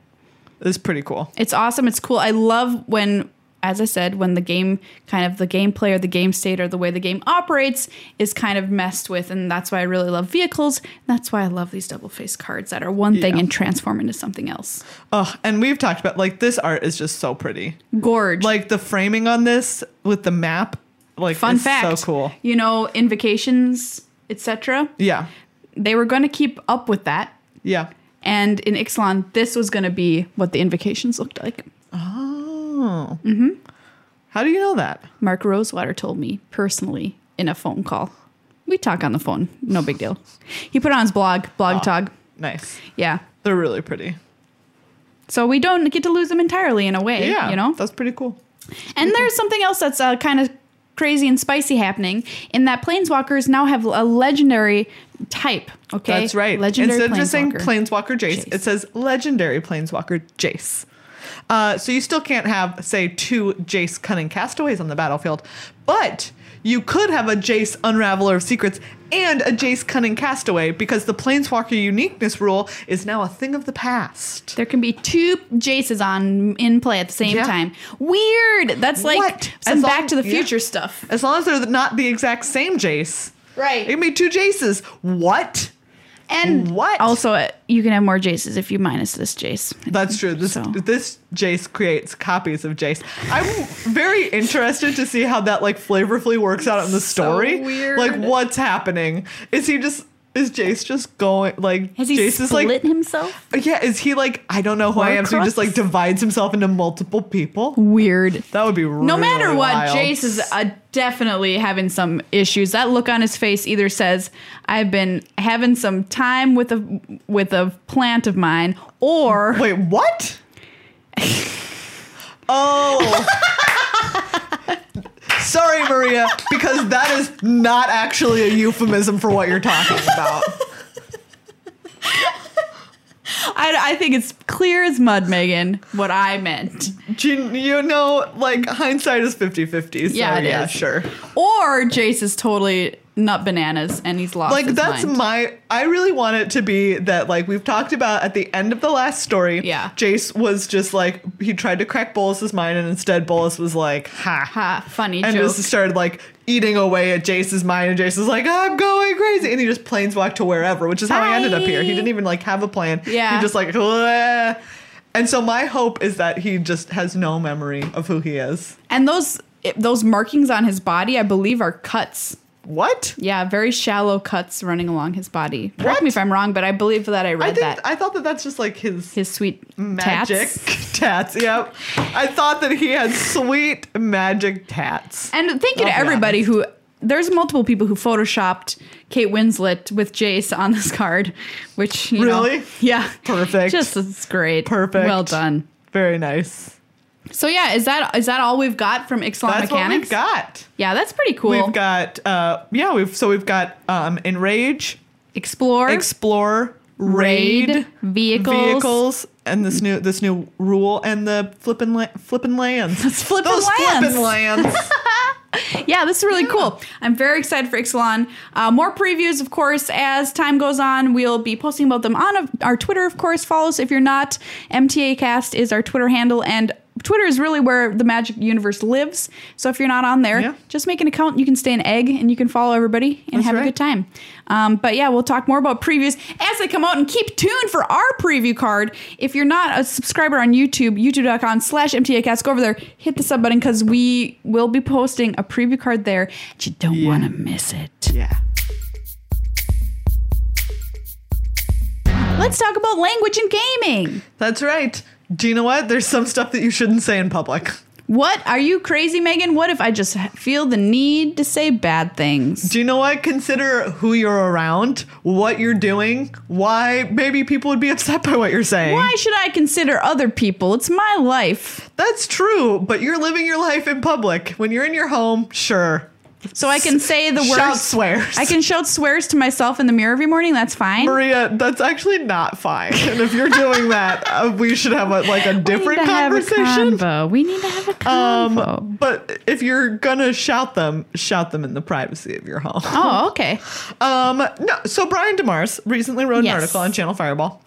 S2: It's pretty cool.
S1: It's awesome. It's cool. I love when as I said, when the game kind of the gameplay or the game state or the way the game operates is kind of messed with, and that's why I really love vehicles. That's why I love these double faced cards that are one thing
S2: Yeah.
S1: and transform into something else.
S2: Oh, and we've talked about like this art is just so pretty.
S1: Gorge.
S2: Like the framing on this with the map, like
S1: fun
S2: is
S1: fact.
S2: so cool.
S1: You know, invocations, etc.
S2: Yeah,
S1: They were going to keep up with that,
S2: yeah.
S1: and in Ixalan, this was going to be what the invocations looked like.
S2: Oh. Mm-hmm. How do you know that?
S1: Mark Rosewater told me personally in a phone call. We talk on the phone, no big deal. He put it on his blog,
S2: Ah.
S1: blog tog.
S2: Nice.
S1: Yeah.
S2: They're really pretty.
S1: So we don't get to lose them entirely in a way,
S2: Yeah,
S1: you know?
S2: that's pretty cool.
S1: And there's something else that's uh, kind of crazy and spicy happening in that planeswalkers now have a legendary type, okay?
S2: That's right.
S1: Legendary
S2: Instead of just saying
S1: planeswalker.
S2: Planeswalker Jace,
S1: Jace.
S2: it says Legendary Planeswalker Jace. Uh, so you still can't have, say, two Jace cunning castaways on the battlefield, but you could have a Jace Unraveler of Secrets and a Jace cunning castaway because the Planeswalker uniqueness rule is now a thing of the past.
S1: There can be two Jaces on in play at the same
S2: Yeah.
S1: time. Weird. That's like
S2: What?
S1: some
S2: As long-
S1: Back to the
S2: yeah.
S1: Future stuff.
S2: As long as they're not the exact same Jace,
S1: Right.
S2: it can be two Jaces. What?
S1: And
S2: What?
S1: Also, uh, you can have more Jaces if you minus this Jace.
S2: That's true. This
S1: So-
S2: this Jace creates copies of Jace. I'm very interested to see how that like flavorfully works out in the
S1: So
S2: story.
S1: weird.
S2: Like what's happening? Is he just is Jace just going like
S1: Has he
S2: Jace is
S1: split
S2: like
S1: himself?
S2: yeah? Is he like I don't know who I am? So he just
S1: Horcrux?
S2: like divides himself into multiple people.
S1: Weird.
S2: That would be
S1: No matter what,
S2: wild.
S1: Jace is uh, definitely having some issues. That look on his face either says, "I've been having some time with a with a plant of mine," or
S2: Wait, what? oh. Sorry, Maria, because that is not actually a euphemism for what you're talking about.
S1: I, I think it's clear as mud, Megan, what I meant.
S2: Gin- You know, like hindsight is 50 50. So
S1: Yeah,
S2: yeah,
S1: it is.
S2: sure.
S1: Or Jace is totally nut bananas and he's lost.
S2: Like,
S1: his
S2: that's
S1: mind.
S2: my. I really want it to be that, like, we've talked about at the end of the last story.
S1: Yeah.
S2: Jace was just like, he tried to crack Bolus's mind, and instead, Bolus was like, ha.
S1: ha, funny
S2: and
S1: joke.
S2: just started like eating away at Jace's mind, and Jace is like, "I'm going crazy," and he just planeswalked to wherever, which is how he ended up here. He
S1: Bye.
S2: didn't even like have a plan.
S1: Yeah.
S2: he just like, "Bleh." and so my hope is that he just has no memory of who he is.
S1: and those those markings on his body, I believe, are cuts.
S2: What?
S1: Yeah, very shallow cuts running along his body. Correct
S2: What?
S1: me if I'm wrong, but I believe that I read
S2: I think
S1: that.
S2: I thought that that's just like his.
S1: His sweet
S2: Magic
S1: tats.
S2: tats. Yep. I thought that he had sweet magic tats.
S1: And thank you
S2: Love
S1: to
S2: that.
S1: everybody who. There's multiple people who photoshopped Kate Winslet with Jace on this card, which you know-
S2: Really?
S1: yeah,
S2: Perfect.
S1: Just it's great.
S2: Perfect.
S1: Well done.
S2: Very nice.
S1: So yeah, is that is that all we've got from Ixalan
S2: That's what
S1: mechanics?
S2: we've got.
S1: Yeah, that's pretty cool.
S2: We've got uh yeah, we've so we've got um enrage,
S1: explore,
S2: explore, raid,
S1: raid, vehicles.
S2: vehicles, and this new this new rule and the flippin' la- flippin' lands.
S1: It's flipping
S2: Those
S1: lands.
S2: flippin' lands.
S1: Yeah, this is really cool. I'm very excited for Ixalan. Uh, more previews, of course, as time goes on. We'll be posting about them on our Twitter, of course. Follow us if you're not. MTA Cast is our Twitter handle, and Twitter is really where the magic universe lives. So if you're not on there,
S2: Yeah.
S1: just make an account. You can stay an egg, and you can follow everybody and
S2: That's
S1: have a
S2: right.
S1: good time. Um, but yeah, we'll talk more about previews as they come out, and keep tuned for our preview card. If you're not a subscriber on YouTube, youtube.com slash MTA Cast, go over there, hit the sub button because we will be posting a preview card there. You don't want to miss it.
S2: yeah.
S1: Let's talk about language and gaming.
S2: That's right. Do you know what? There's some stuff that you shouldn't say in public.
S1: What are you crazy, Megan? What if I just feel the need to say bad things?
S2: Do you know what? Consider who you're around, what you're doing, why maybe people would be upset by what you're saying.
S1: Why should I consider other people? It's my life.
S2: That's true, but you're living your life in public. When you're in your home, sure.
S1: So I can say the
S2: Shout
S1: words.
S2: swears.
S1: I can shout swears to myself in the mirror every morning. That's fine.
S2: Maria, that's actually not fine. And if you're doing that, uh, we should have a, like a different conversation.
S1: We need to have a convo.
S2: Um, but if you're gonna shout them, shout them in the privacy of your home.
S1: oh, okay.
S2: Um, no, so Brian DeMars recently wrote an
S1: Yes.
S2: article on Channel Fireball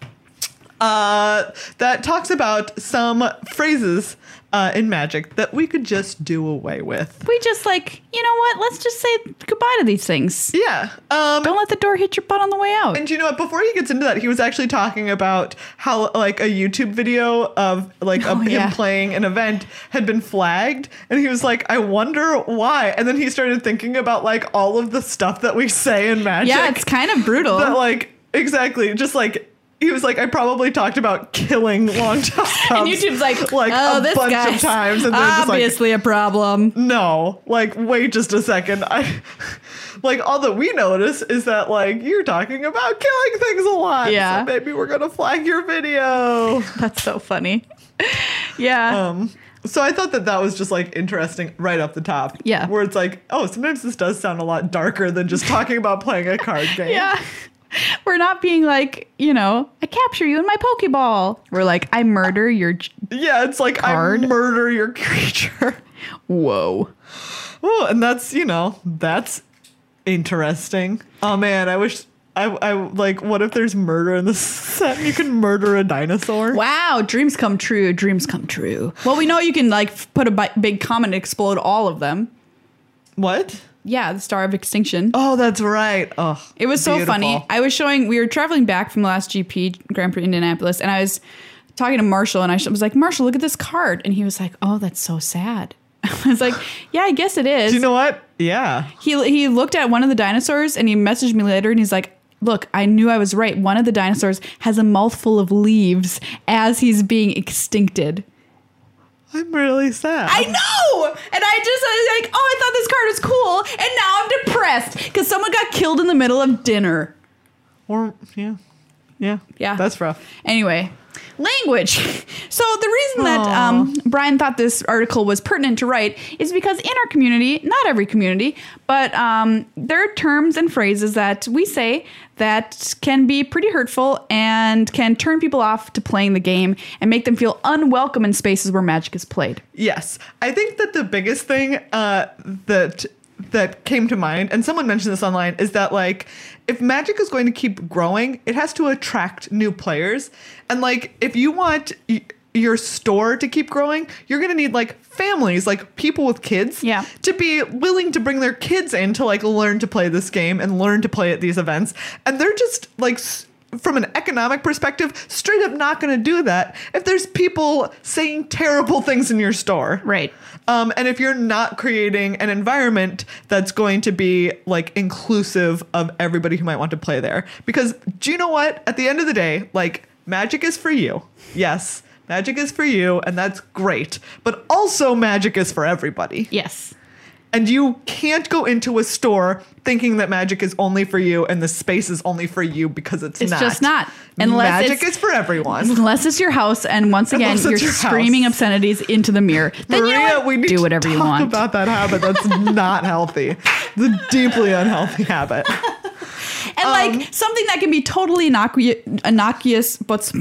S2: uh, that talks about some phrases uh, in magic that we could just do away with.
S1: We just like, you know what? Let's just say goodbye to these things.
S2: Yeah. Um,
S1: Don't let the door hit your butt on the way out.
S2: And you know what? Before he gets into that, he was actually talking about how like a YouTube video of like of
S1: Oh,
S2: him
S1: yeah.
S2: playing an event had been flagged, and he was like, "I wonder why." And then he started thinking about like all of the stuff that we say in magic.
S1: yeah, it's kind of brutal.
S2: that like exactly just like. He was like, I probably talked about killing long top
S1: and
S2: cops
S1: YouTube's like,
S2: um, like
S1: oh,
S2: a
S1: this
S2: bunch
S1: guy's
S2: of times, and they're just like,
S1: obviously a problem.
S2: no like wait just a second i like all that we notice is that like you're talking about killing things a lot
S1: Yeah.
S2: so maybe we're gonna flag your video
S1: That's so funny. yeah.
S2: um so i thought that that was just like interesting right off the top
S1: Yeah.
S2: where it's like oh sometimes this does sound a lot darker than just talking about playing a card game
S1: yeah. We're not being like, you know, I capture you in my Pokeball. We're like, I murder your. J-
S2: yeah it's like i
S1: Card.
S2: murder your creature
S1: Whoa.
S2: Oh, and that's you know that's interesting. Oh man, I wish I I like what if there's murder in the set? You can murder a dinosaur.
S1: Wow. Dreams come true. Dreams come true. Well, we know you can like f- put a bi- big comet and explode all of them.
S2: What?
S1: Yeah, the Star of Extinction.
S2: Oh, that's right. Oh,
S1: It was so
S2: beautiful.
S1: funny. I was showing, we were traveling back from the last GP, Grand Prix Indianapolis, and I was talking to Marshall, and I sh- was like, Marshall, look at this card. And he was like, Oh, that's so sad. I was like, Yeah, I guess it is.
S2: Do you know what? Yeah.
S1: he, he looked at one of the dinosaurs and he messaged me later, and he's like, Look, I knew I was right. One of the dinosaurs has a mouthful of leaves as he's being extincted.
S2: I'm really sad.
S1: I know! And I just I was like, oh, I thought this card was cool, and now I'm depressed because someone got killed in the middle of dinner.
S2: or yeah. Yeah.
S1: Yeah.
S2: That's rough.
S1: Anyway, language. So the reason that
S2: Aw.
S1: um, Brian thought this article was pertinent to write is because in our community, not every community, but um, there are terms and phrases that we say that can be pretty hurtful and can turn people off to playing the game and make them feel unwelcome in spaces where magic is played.
S2: Yes, I think that the biggest thing uh, that that came to mind, and someone mentioned this online, is that like if Magic is going to keep growing, it has to attract new players, and like if you want. Y- your store to keep growing, you're gonna need like families, like people with kids,
S1: Yeah.
S2: to be willing to bring their kids in to like learn to play this game and learn to play at these events. And they're just like, s- from an economic perspective, straight up not going to do that if there's people saying terrible things in your store.
S1: Right.
S2: Um, and if you're not creating an environment that's going to be like inclusive of everybody who might want to play there. Because do you know what? At the end of the day, like magic is for you. Yes, magic is for you, and that's great. But also, magic is for everybody.
S1: Yes.
S2: And you can't go into a store thinking that magic is only for you and the space is only for you because it's,
S1: It's
S2: not.
S1: just not. Unless
S2: magic
S1: it's-
S2: is for everyone.
S1: Unless it's your house, and once again,
S2: Unless it's
S1: you're
S2: your house.
S1: screaming obscenities into the mirror. Then
S2: Maria,
S1: you know what?
S2: we need
S1: do whatever
S2: to
S1: you
S2: talk
S1: want.
S2: about that habit. That's not healthy. The deeply unhealthy habit.
S1: And
S2: um,
S1: like something that can be totally innocu- innocuous, but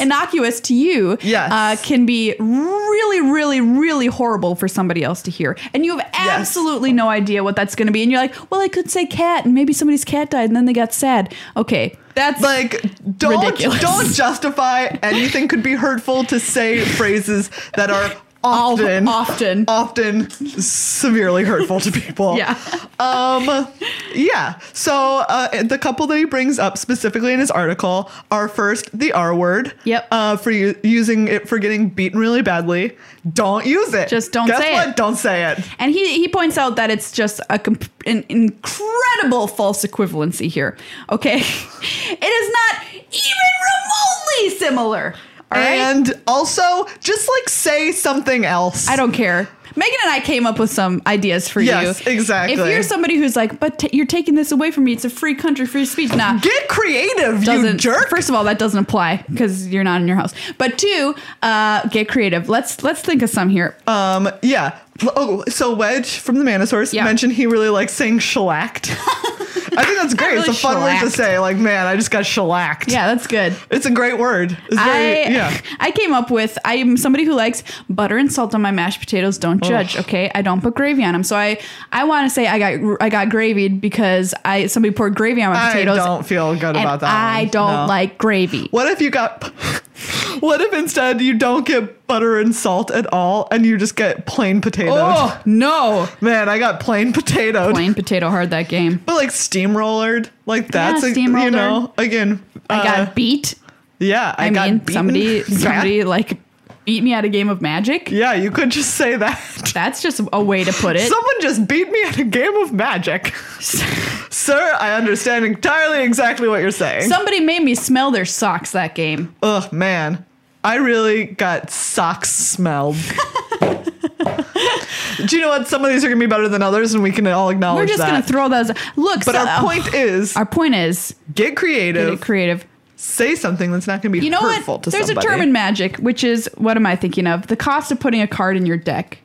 S1: innocuous to you,
S2: Yes.
S1: uh, can be really, really, really horrible for somebody else to hear, and you have absolutely no idea what that's going to be. And you're like, well, I could say cat, and maybe somebody's cat died, and then they got sad. Okay, that's
S2: like don't
S1: Ridiculous.
S2: don't justify anything could be hurtful to say phrases that are
S1: all
S2: often
S1: often.
S2: often severely hurtful to people.
S1: Yeah.
S2: Um, yeah. So uh, the couple that he brings up specifically in his article are first the R word.
S1: Yep.
S2: Uh, for u- using it for getting beaten really badly. Don't use it.
S1: Just don't
S2: Guess
S1: say
S2: what?
S1: it.
S2: Don't say it.
S1: And he, he points out that it's just a comp- an incredible false equivalency here. Okay, it is not even remotely similar. All right,
S2: And also, just like say something else.
S1: I don't care. Megan and I came up with some ideas for
S2: Yes,
S1: you.
S2: exactly.
S1: If you're somebody who's like, but t- you're taking this away from me, it's a free country, free speech. Nah,
S2: Get creative,
S1: doesn't
S2: you jerk.
S1: First of all, that doesn't apply because you're not in your house. But two, uh, get creative. Let's let's think of some here.
S2: Um, yeah. Oh, so Wedge from the Manosaurus
S1: Yeah.
S2: mentioned he really likes saying shellacked. I think that's great.
S1: really
S2: it's a fun word
S1: shellacked.
S2: to say. Like, man, I just got shellacked.
S1: Yeah, that's good.
S2: It's a great word. It's very,
S1: I
S2: yeah.
S1: I came up with I'm somebody who likes butter and salt on my mashed potatoes. Don't judge, okay? I don't put gravy on them. So I I want to say I got I got gravied because I somebody poured gravy on my
S2: I
S1: potatoes.
S2: don't feel good
S1: and
S2: about that.
S1: I
S2: one.
S1: don't
S2: No.
S1: like gravy.
S2: What if you got? What if instead you don't get butter and salt at all, and you just get plain potatoes?
S1: Oh no!
S2: Man, I got plain potatoed,
S1: Plain potato hard that game.
S2: but like steamrollered. Like that's a, you
S1: steamrollered.
S2: know again.
S1: I
S2: uh,
S1: got beat.
S2: yeah. I,
S1: I,
S2: got
S1: mean,
S2: beaten.
S1: somebody
S2: Yeah.
S1: somebody like beat me at a game of magic.
S2: Yeah, you could just say that.
S1: That's just a way to put it.
S2: Someone just beat me at a game of magic. Sir, I understand entirely exactly what you're saying.
S1: somebody made me smell their socks that game.
S2: Ugh, man. I really got socks smelled. Do you know what? Some of these are going to be better than others, and we can all acknowledge
S1: We're just
S2: that.
S1: gonna throw those. Look,
S2: but
S1: so-
S2: our point is
S1: our point is
S2: get
S1: get
S2: creative,
S1: it creative.
S2: say something that's not going to be
S1: You know
S2: hurtful
S1: what?
S2: to
S1: There's
S2: somebody.
S1: a term in magic, which is what am I thinking of? The cost of putting a card in your deck.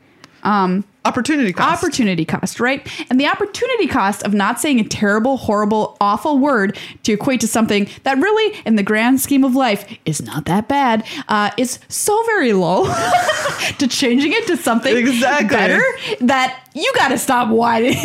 S1: Um,
S2: Opportunity cost.
S1: opportunity cost, right? And the opportunity cost of not saying a terrible, horrible, awful word to equate to something that really, in the grand scheme of life, is not that bad, uh, is so very low to changing it to something
S2: Exactly.
S1: better that you got to stop whining.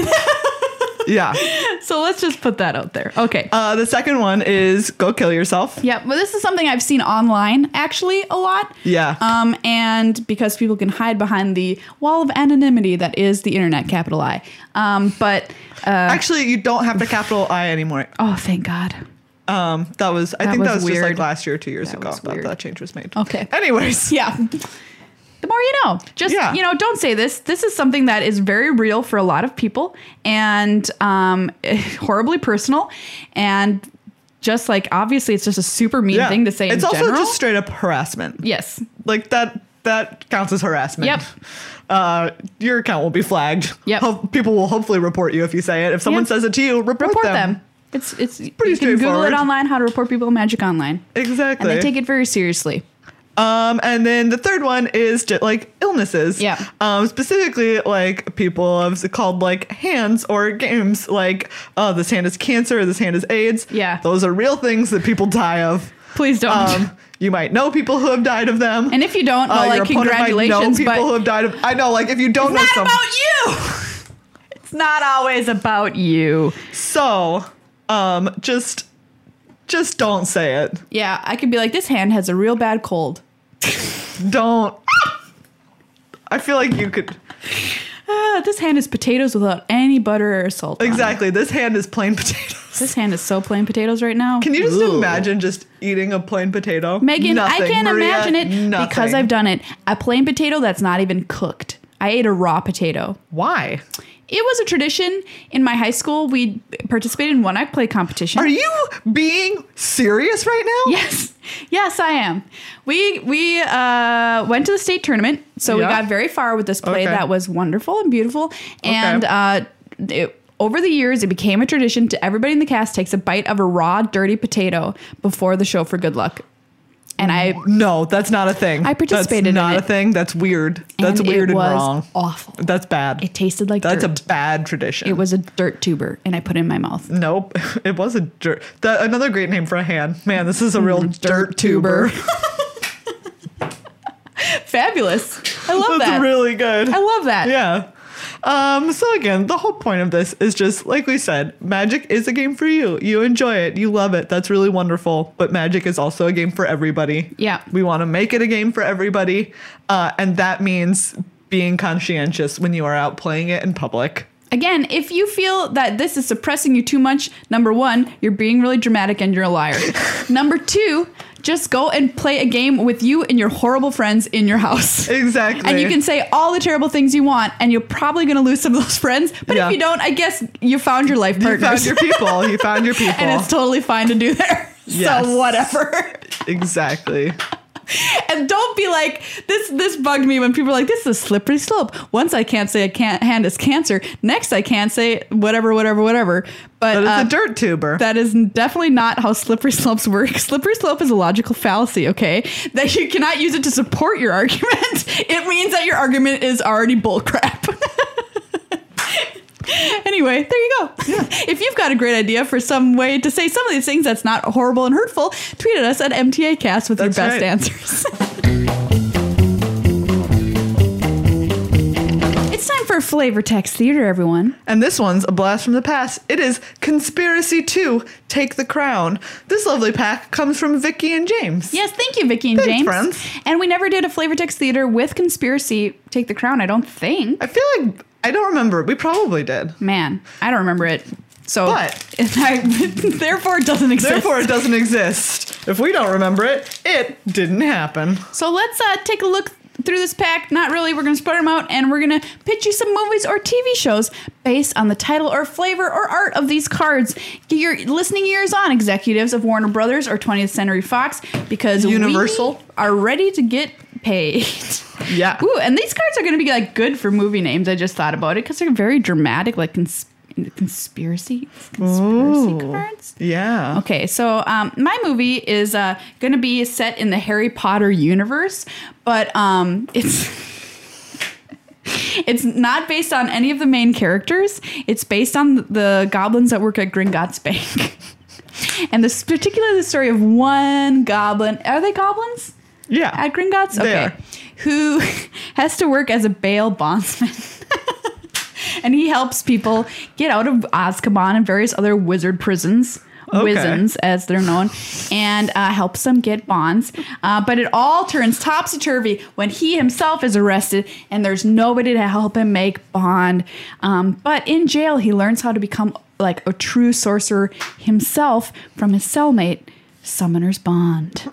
S2: yeah.
S1: so let's just put that out there. Okay.
S2: Uh, the second one is go kill yourself.
S1: Yeah, well, this is something I've seen online actually a lot.
S2: Yeah.
S1: Um, and because people can hide behind the wall of anonymity that is the internet, capital I. Um, but uh,
S2: Actually, you don't have the capital I anymore.
S1: oh, thank God.
S2: Um, that was I
S1: That
S2: think that
S1: was
S2: was just
S1: weird.
S2: like last year, or two years
S1: That
S2: ago
S1: was
S2: that
S1: weird.
S2: that change was made.
S1: Okay.
S2: Anyways,
S1: Yeah. The more you know, just
S2: Yeah.
S1: you know, don't say this. This is something that is very real for a lot of people and um, horribly personal, and just like obviously, it's just a super mean
S2: Yeah.
S1: thing to say. in
S2: It's also
S1: general.
S2: just straight up harassment.
S1: yes,
S2: like that that counts as harassment.
S1: Yep.
S2: Uh, your account will be flagged.
S1: Yep.
S2: Ho- people will hopefully report you if you say it. If someone
S1: Yeah.
S2: says it to you, report,
S1: report
S2: them.
S1: them. It's it's
S2: pretty
S1: you can Google
S2: straightforward.
S1: it online how to report people in Magic Online.
S2: Exactly.
S1: And they take it very seriously.
S2: Um, and then the third one is just like illnesses.
S1: Yeah.
S2: Um, specifically like people have called like hands or games like, oh, this hand is cancer, this hand is AIDS.
S1: Yeah.
S2: Those are real things that people die of.
S1: Please don't.
S2: Um, you might know people who have died of them.
S1: and if you don't,
S2: Uh,
S1: well,
S2: your
S1: like
S2: opponent might know
S1: congratulations,
S2: people
S1: but
S2: who have died of. I know, like if you don't know
S1: not
S2: someone.
S1: about you. it's not always about you.
S2: So, um, just just don't say it.
S1: Yeah, I could be like, this hand has a real bad cold.
S2: Don't. I feel like you could
S1: Ah, this hand is potatoes without any butter or salt. on it.
S2: exactly. This hand is plain potatoes.
S1: This hand is so plain potatoes right now.
S2: Can you just
S1: Ooh.
S2: imagine just eating a plain potato?
S1: Megan, I
S2: Nothing.
S1: can't
S2: Maria,
S1: imagine it because
S2: nothing.
S1: I've done it. A plain potato that's not even cooked. I ate a raw potato.
S2: Why
S1: It was a tradition in my high school. We participated in one act play competition.
S2: are you being serious right now?
S1: Yes, yes, I am. We we uh, went to the state tournament, so we
S2: Yeah.
S1: got very far with this play.
S2: Okay.
S1: That was wonderful and beautiful, and uh, it, over the years, it became a tradition to everybody in the cast takes a bite of a raw, dirty potato before the show for good luck. And I
S2: No, that's not a thing.
S1: I participated in
S2: That's not
S1: it.
S2: a thing. That's weird. That's
S1: and
S2: weird
S1: it was
S2: and wrong.
S1: awful.
S2: That's bad.
S1: It tasted like
S2: that's
S1: dirt.
S2: a bad tradition.
S1: it was a dirt tuber, and I put it in my mouth.
S2: Nope, it was a dirt. That, another great name for a hand. Man, this is a real
S1: Mm,
S2: dirt, tuber.
S1: Fabulous! I love
S2: That's
S1: that.
S2: really good.
S1: I love that.
S2: yeah. Um, so again, the whole point of this is just like we said, magic is a game for you. You enjoy it, you love it. That's really wonderful. But magic is also a game for everybody.
S1: Yeah.
S2: we want to make it a game for everybody, uh, and that means being conscientious when you are out playing it in public.
S1: Again, if you feel that this is suppressing you too much, number one, you're being really dramatic and you're a liar. number two, just go and play a game with you and your horrible friends in your house.
S2: Exactly.
S1: And you can say all the terrible things you want, and you're probably going to lose some of those friends. But
S2: Yeah.
S1: if you don't, I guess you found your life
S2: you found
S1: partners.
S2: your people. You found your people.
S1: and it's totally fine to do there.
S2: Yes.
S1: So whatever.
S2: exactly.
S1: And don't be like this. This bugged me when people are like, "This is a slippery slope." Once I can't say a can- hand is cancer. Next, I can't say whatever, whatever, whatever. But
S2: But it's
S1: uh,
S2: a dirt tuber.
S1: that is definitely not how slippery slopes work. Slippery slope is a logical fallacy. Okay, that you cannot use it to support your argument. It means that your argument is already bullcrap. Anyway, there you go. if you've got a great idea for some way to say some of these things that's not horrible and hurtful, tweet at us at MTA Cast with
S2: That's
S1: your best
S2: right.
S1: answers. it's time for flavor text theater, everyone.
S2: And this one's a blast from the past. It is Conspiracy 2 Take the Crown. This lovely pack comes from Vicky and James.
S1: Yes, thank you, Vicky and
S2: Thanks,
S1: James.
S2: friends.
S1: And we never did a flavor text theater with conspiracy take the crown. I don't think.
S2: I feel like I don't remember. We probably did.
S1: Man, I don't remember it. So,
S2: But-
S1: I, therefore, it doesn't exist.
S2: Therefore, it doesn't exist. If we don't remember it, it didn't happen.
S1: So let's uh, take a look through this pack. Not really. We're going to spread them out and we're going to pitch you some movies or TV shows based on the title or flavor or art of these cards. Get your listening ears on, executives of Warner Brothers or 20th Century Fox, because
S2: Universal.
S1: we are ready to get paid.
S2: Yeah.
S1: Ooh, and these cards are going to be like good for movie names. I just thought about it because they're very dramatic, like cons- conspiracy conspiracy
S2: Ooh.
S1: cards.
S2: Yeah.
S1: Okay, so um, my movie is uh, going to be set in the Harry Potter universe, but um, it's it's not based on any of the main characters. It's based on the goblins that work at Gringotts Bank, and this particularly the story of one goblin. Are they goblins
S2: Yeah.
S1: at Uh, Gringotts?
S2: They are.
S1: who has to work as a bail bondsman. and he helps people get out of Azkaban and various other wizard prisons.
S2: Okay.
S1: Wizens, as they're known, and uh, helps them get bonds. Uh, but it all turns topsy turvy when he himself is arrested and there's nobody to help him make bond. Um, but in jail, he learns how to become like a true sorcerer himself from his cellmate, Summoner's Bond.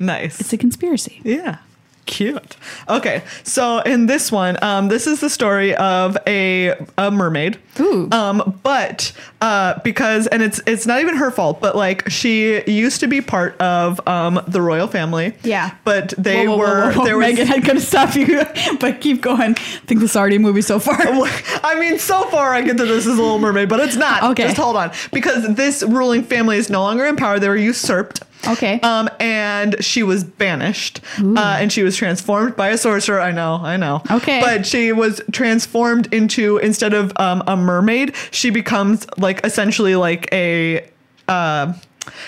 S2: nice.
S1: It's a conspiracy.
S2: Yeah. Cute. Okay, so in this one, um, this is the story of a a mermaid.
S1: Ooh.
S2: Um, but uh, because and it's it's not even her fault, but like she used to be part of um the royal family.
S1: Yeah.
S2: But they
S1: Whoa, whoa,
S2: were
S1: whoa, whoa, whoa.
S2: there was.
S1: Megan, I'm gonna stop you, but keep going. I think this is already a movie so far.
S2: I mean, so far I get that this is a Little Mermaid, but it's not.
S1: Okay.
S2: Just hold on, because this ruling family is no longer in power. They were usurped.
S1: Okay.
S2: Um, and she was banished, uh, and she was transformed by a sorcerer. I know, I know.
S1: Okay.
S2: But she was transformed into instead of um, a mermaid, she becomes like essentially like a. Uh,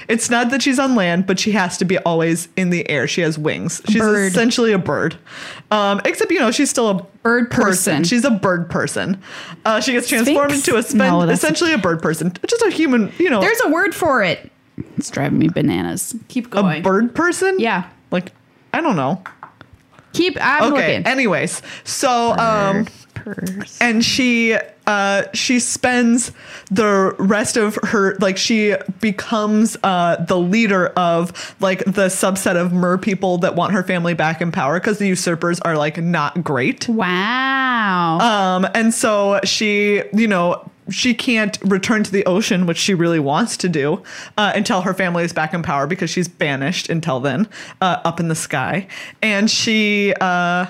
S2: it's not that she's on land, but she has to be always in the air. She has wings. She's
S1: bird.
S2: essentially a bird, um, except you know she's still a
S1: Bird person.
S2: She's a bird person. Uh, she gets transformed
S1: Sphinx?
S2: into a spen-
S1: No, that's-
S2: essentially a bird person, just a human. You know,
S1: There's a word for it. It's driving me bananas. Keep
S2: a
S1: going.
S2: bird person.
S1: Yeah.
S2: like I don't know.
S1: Keep. I'm
S2: okay.
S1: looking.
S2: Anyways, so um,
S1: Purse.
S2: and she uh she spends the rest of her like she becomes uh the leader of like the subset of mer people that want her family back in power because the usurpers are like not great.
S1: Wow.
S2: Um, and so she, you know, she can't return to the ocean, which she really wants to do, uh, until her family is back in power because she's banished until then, uh, up in the sky. And she, uh,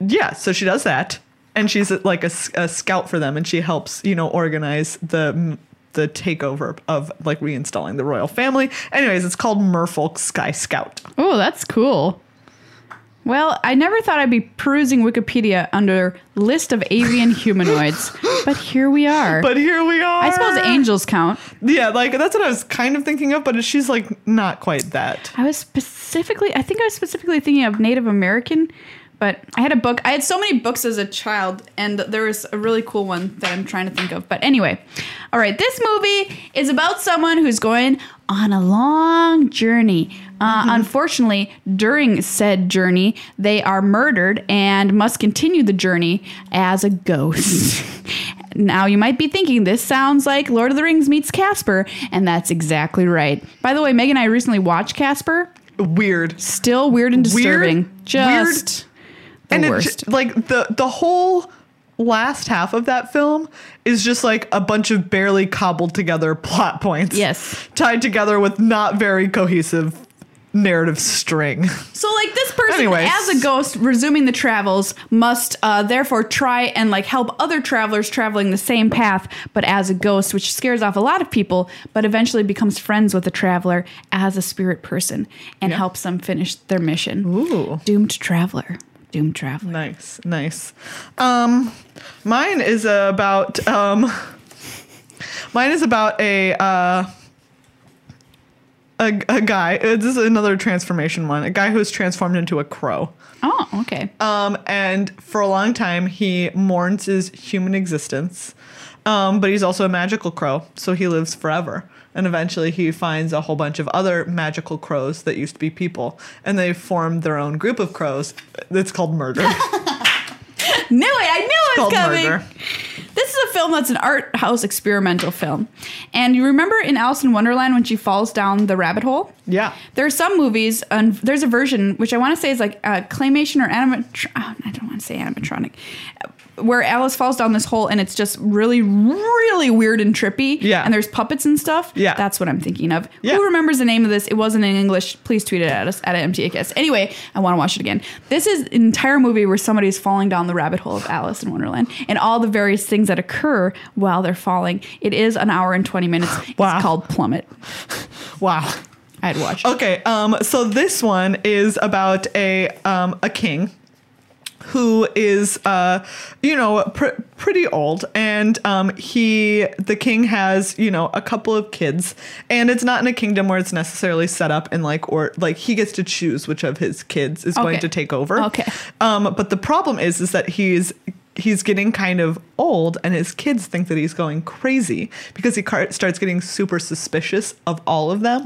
S2: yeah, so she does that, and she's uh, like a, s- a scout for them, and she helps, you know, organize the the takeover of like reinstalling the royal family. Anyways, it's called Merfolk Sky Scout.
S1: oh, that's cool. Well, I never thought I'd be perusing Wikipedia under list of avian humanoids, but here we are.
S2: But here we are.
S1: I suppose angels count.
S2: Yeah, like that's what I was kind of thinking of, but she's like not quite that.
S1: I was specifically, I think I was specifically thinking of Native American, but I had a book. I had so many books as a child, and there was a really cool one that I'm trying to think of. But anyway, all right, this movie is about someone who's going on a long journey. Uh, Unfortunately, during said journey, they are murdered and must continue the journey as a ghost. Now you might be thinking this sounds like Lord of the Rings meets Casper, and that's exactly right. By the way, Meg and I recently watched Casper.
S2: Weird.
S1: Still weird and disturbing.
S2: Weird,
S1: Just the
S2: and
S1: worst.
S2: It, like the the whole last half of that film is just like a bunch of barely cobbled together plot points.
S1: Yes.
S2: Tied together with not very cohesive narrative string.
S1: so like this person
S2: Anyways.
S1: as a ghost resuming the travels must uh, therefore try and like help other travelers traveling the same path but as a ghost which scares off a lot of people but eventually becomes friends with the traveler as a spirit person and helps them finish their mission.
S2: Ooh.
S1: Doomed traveler. Doom Traveler.
S2: Nice, nice. Um, mine is about um, mine is about a uh, a, a guy. uh, This is another transformation one. A guy who's transformed into a crow.
S1: Oh, okay.
S2: Um, and for a long time, he mourns his human existence. Um, but he's also a magical crow, so he lives forever. And eventually, he finds a whole bunch of other magical crows that used to be people, and they form their own group of crows. It's called Murder.
S1: Knew it. I knew it was
S2: called
S1: coming.
S2: Murder.
S1: This is a film that's an art house experimental film. And you remember in Alice in Wonderland when she falls down the rabbit hole?
S2: yeah.
S1: There are some movies, and there's a version which I want to say is like uh, claymation or animatronic. Oh, I don't want to say animatronic, where Alice falls down this hole and it's just really, really weird and trippy.
S2: Yeah.
S1: And there's puppets and stuff.
S2: Yeah.
S1: That's what I'm thinking of.
S2: Yeah.
S1: Who remembers the name of this? It wasn't in English. Please tweet it at us at MTA Cast. Anyway, I want to watch it again. This is an entire movie where somebody is falling down the rabbit hole of Alice in Wonderland and all the various things that occur while they're falling. It is an hour and 20 minutes.
S2: Wow.
S1: It's called Plummet.
S2: Wow.
S1: I'd watch it.
S2: Okay. Um, so this one is about a um, a king who is uh, you know pr- pretty old and um, he the king has you know a couple of kids and it's not in a kingdom where it's necessarily set up and like or like he gets to choose which of his kids is going
S1: Okay.
S2: to take over
S1: Okay.
S2: um, but the problem is is that he's he's getting kind of old and his kids think that he's going crazy because he car- starts getting super suspicious of all of them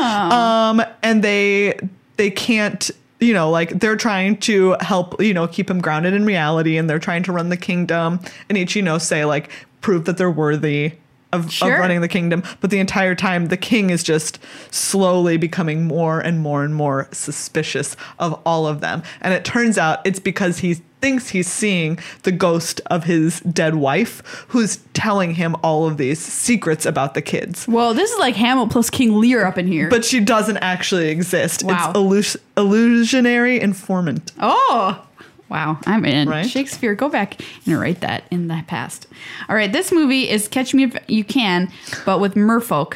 S2: um, and they they can't you know like they're trying to help you know keep him grounded in reality and they're trying to run the kingdom and each you know say like prove that they're worthy of,
S1: Sure.
S2: of running the kingdom but the entire time the king is just slowly becoming more and more and more suspicious of all of them and it turns out it's because he thinks he's seeing the ghost of his dead wife who's telling him all of these secrets about the kids
S1: Well, this is like Hamlet plus King Lear up in here.
S2: but she doesn't actually exist.
S1: Wow.
S2: It's illus- illusionary informant.
S1: oh, wow, I'm in
S2: Right?
S1: Shakespeare. Go back and write that in the past. All right, this movie is Catch Me If You Can, but with merfolk,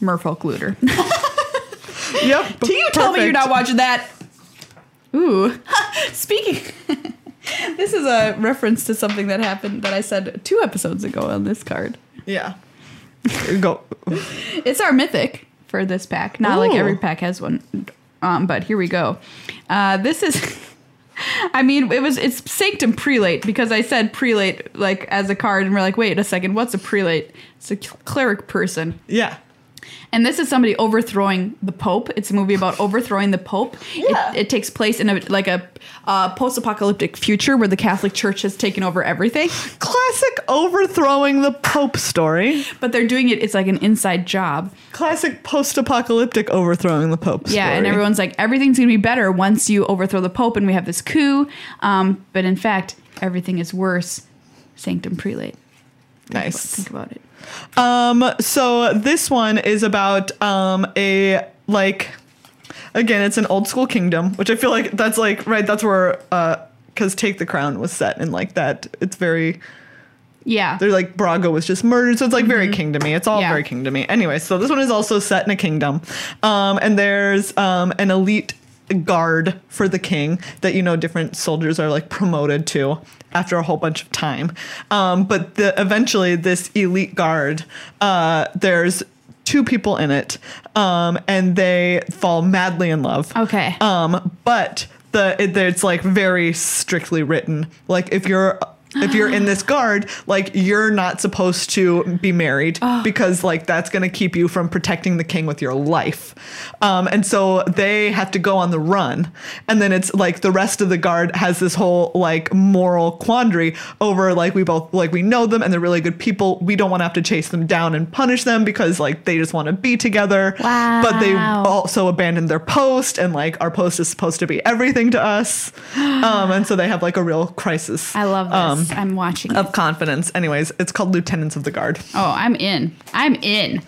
S1: merfolk looter.
S2: Yep.
S1: Do you tell me you're
S2: perfect.
S1: not watching that? Ooh, speaking. this is a reference to something that happened that I said two episodes ago on this card.
S2: Yeah. Go.
S1: It's our mythic for this pack. Not like
S2: Ooh.
S1: every pack has one, um, but here we go. Uh, this is. I mean, it was it's sanctum prelate because I said prelate like as a card, and we're like, wait a second, what's a prelate? It's a cl- cleric person,
S2: Yeah.
S1: and this is somebody overthrowing the pope. It's a movie about overthrowing the pope.
S2: Yeah.
S1: It, it takes place in a like a uh, post-apocalyptic future where the Catholic Church has taken over everything,
S2: Classic overthrowing the Pope story.
S1: but they're doing it. It's like an inside job.
S2: Classic post apocalyptic overthrowing the Pope story.
S1: Yeah, and everyone's like, everything's gonna be better once you overthrow the Pope and we have this coup. Um, but in fact, everything is worse. Sanctum prelate.
S2: Nice.
S1: Think about it.
S2: Um, so this one is about um, a, like, again, it's an old school kingdom, which I feel like that's like, right, that's where, because Take the Crown was set and like that. It's very
S1: Yeah. Mm-hmm.
S2: They're like Braga was just murdered, so it's like very kingdomy. It's all
S1: Yeah.
S2: very kingdomy. Anyway, so this one is also set in a kingdom, um, and there's um, an elite guard for the king that you know different soldiers are like promoted to after a whole bunch of time. Um, but the, eventually, this elite guard, uh, there's two people in it, um, and they fall madly in love.
S1: Okay.
S2: Um, but the it, it's like very strictly written. Like if you're if you're in this guard, like you're not supposed to be married because like that's gonna keep you from protecting the king with your life. Um, and so they have to go on the run, and then it's like the rest of the guard has this whole like moral quandary over like we both like we know them and they're really good people. We don't want to have to chase them down and punish them because like they just want to be together. But they
S1: Wow.
S2: also abandoned their post and like our post is supposed to be everything to us um, and so they have like a real crisis
S1: I love this.
S2: Um,
S1: I'm watching. it.
S2: of confidence anyways it's called lieutenants of the guard
S1: Oh, I'm in. I'm in.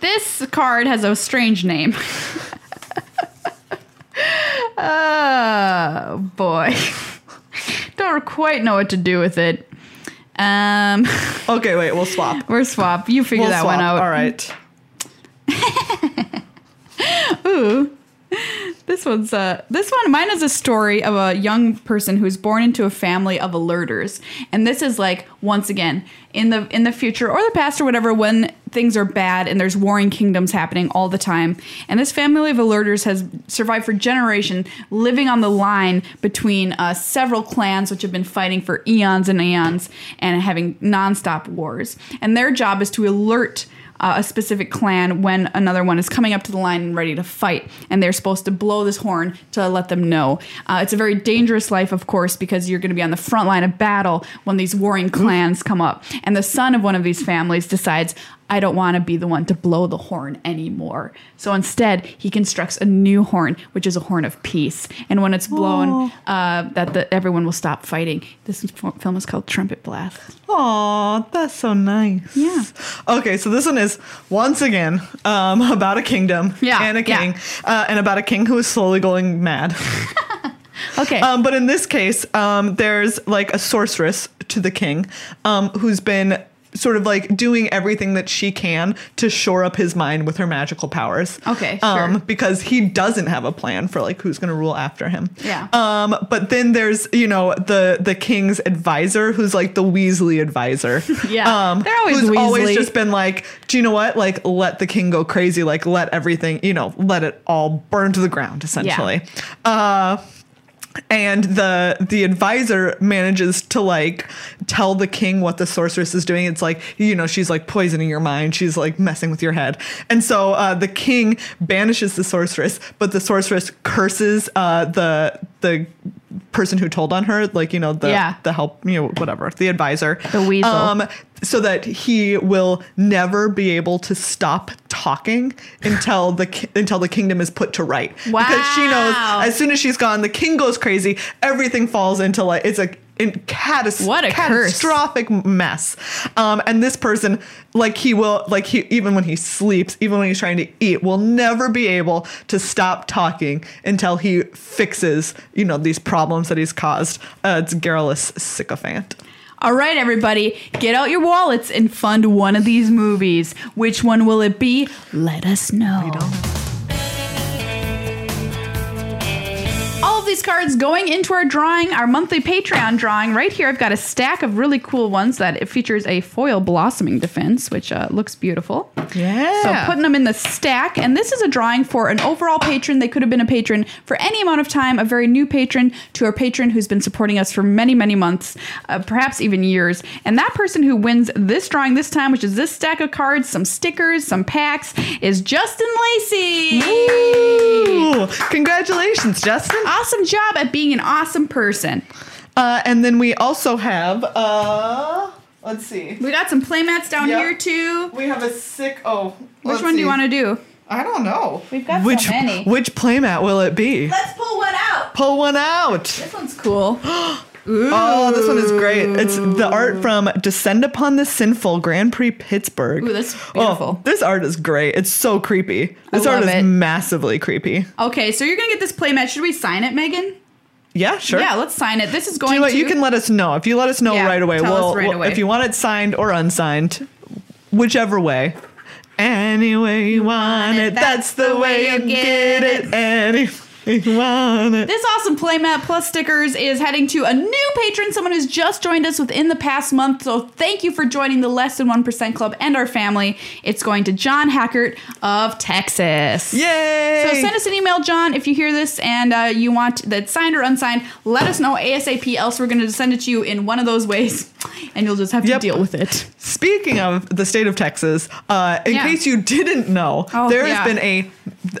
S1: This card has a strange name. oh boy. Don't quite know what to do with it. Um,
S2: okay wait we'll swap
S1: we're swap. You figure
S2: we'll
S1: that
S2: swap
S1: one out.
S2: all right
S1: This one's uh this one mine is a story of a young person who's born into a family of alerters. And this is like once again in the in the future or the past or whatever when things are bad and there's warring kingdoms happening all the time. And this family of alerters has survived for generation living on the line between uh, several clans which have been fighting for eons and eons and having nonstop wars. And their job is to alert uh, a specific clan when another one is coming up to the line and ready to fight, and they're supposed to blow this horn to let them know. Uh, it's a very dangerous life, of course, because you're going to be on the front line of battle when these warring clans come up. And the son of one of these families decides, I don't want to be the one to blow the horn anymore. So instead, he constructs a new horn, which is a horn of peace. And when it's blown, uh, that the, everyone will stop fighting. This is- film is called Trumpet Blast.
S2: Aw, that's so nice.
S1: Yeah.
S2: Okay, so this one is once again um, about a kingdom
S1: Yeah,
S2: and a
S1: yeah.
S2: king, uh, and about a king who is slowly going mad.
S1: Okay.
S2: Um, but in this case, um, there's like a sorceress to the king um, who's been sort of like doing everything that she can to shore up his mind with her magical powers.
S1: Okay,
S2: Um,
S1: sure.
S2: Because he doesn't have a plan for like who's going to rule after him.
S1: Yeah.
S2: Um, but then there's you know the the king's advisor who's like the Weasley advisor.
S1: Yeah.
S2: Um,
S1: They're always
S2: who's always
S1: Weasley.
S2: just been like, do you know what? Like let the king go crazy. Like let everything you know let it all burn to the ground essentially. Uh, and the the advisor manages to like tell the king what the sorceress is doing it's like you know she's like poisoning your mind she's like messing with your head and so uh, the king banishes the sorceress but the sorceress curses uh, the the person who told on her like you know the
S1: Yeah.
S2: the help you know whatever the advisor Um,
S1: The weasel.
S2: so that he will never be able to stop talking until the ki- until the kingdom is put to right because she knows
S1: Wow.
S2: as soon as she's gone, the king goes crazy. Everything falls into like it's a in catas-
S1: What a curse.
S2: catastrophic mess. Um, and this person, like he will, like he even when he sleeps, even when he's trying to eat, will never be able to stop talking until he fixes, you know, these problems that he's caused. Uh, it's garrulous sycophant.
S1: All right, everybody, get out your wallets and fund one of these movies. Which one will it be? Let us know. All of these cards going into our drawing, our monthly Patreon drawing. Right here, I've got a stack of really cool ones that it features a foil blossoming defense, which uh, looks beautiful.
S2: Yeah.
S1: So putting them in the stack. And this is a drawing for an overall patron. They could have been a patron for any amount of time, a very new patron to a patron who's been supporting us for many, many months, uh, perhaps even years. And that person who wins this drawing this time, which is this stack of cards, some stickers, some packs, is Justin Lacey.
S2: Ooh, congratulations, Justin.
S1: Awesome job at being an awesome person.
S2: Uh, and then we also have uh, let's see.
S1: We got some playmats down
S2: Yep.
S1: here too.
S2: We have a sick. Oh,
S1: Which one do you want to do?
S2: I don't know.
S1: We've got so
S2: which,
S1: many.
S2: Which playmat will it be?
S1: Let's pull one out.
S2: Pull one out.
S1: This one's cool. Ooh.
S2: Oh, this one is great. It's the art from Descend Upon the Sinful Grand Prix Pittsburgh.
S1: Ooh, that's
S2: Oh,
S1: beautiful.
S2: this art is great. It's so creepy. This art
S1: love
S2: is
S1: it.
S2: massively creepy.
S1: Okay, so you're gonna get this playmat. Should we sign it, Megan?
S2: Yeah, sure.
S1: Yeah, let's sign it. This is going
S2: you know what?
S1: to
S2: You can let us know. If you let us know
S1: Yeah,
S2: right away,
S1: tell us
S2: we'll,
S1: right
S2: we'll-
S1: away.
S2: if you want it signed or unsigned, whichever way. Any way you want it, that's the way you get it. Any way you want it.
S1: This awesome playmat plus stickers is heading to a new patron, someone who's just joined us within the past month. So thank you for joining the Less Than 1% Club and our family. It's going to John Hackert of Texas.
S2: Yay!
S1: So send us an email, John, if you hear this and uh, you want that signed or unsigned. Let us know ASAP, else we're going to send it to you in one of those ways, and you'll just have
S2: Yep.
S1: to deal with it.
S2: Speaking of the state of Texas, uh, in
S1: Yeah.
S2: case you didn't know,
S1: Oh,
S2: there
S1: yeah.
S2: has been a,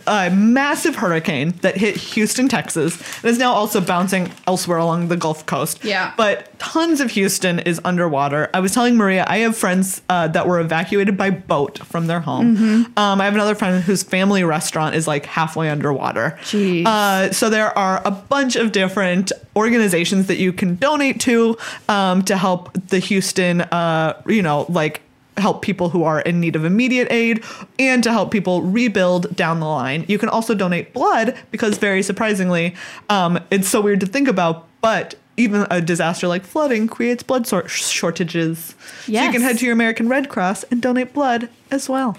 S2: a massive hurricane that hit Houston, Texas, and is now also bouncing elsewhere along the Gulf Coast.
S1: Yeah.
S2: But tons of Houston is underwater. I was telling Maria, I have friends uh, that were evacuated by boat from their home.
S1: Mm-hmm.
S2: Um, I have another friend whose family restaurant is like halfway underwater.
S1: Jeez.
S2: Uh, so there are a bunch of different organizations that you can donate to um, to help the Houston, uh, you know, like help people who are in need of immediate aid and to help people rebuild down the line. You can also donate blood because, very surprisingly, um, it's so weird to think about, but even a disaster like flooding creates blood sor- shortages. So you
S1: Yes.
S2: can head to your American Red Cross and donate blood as well.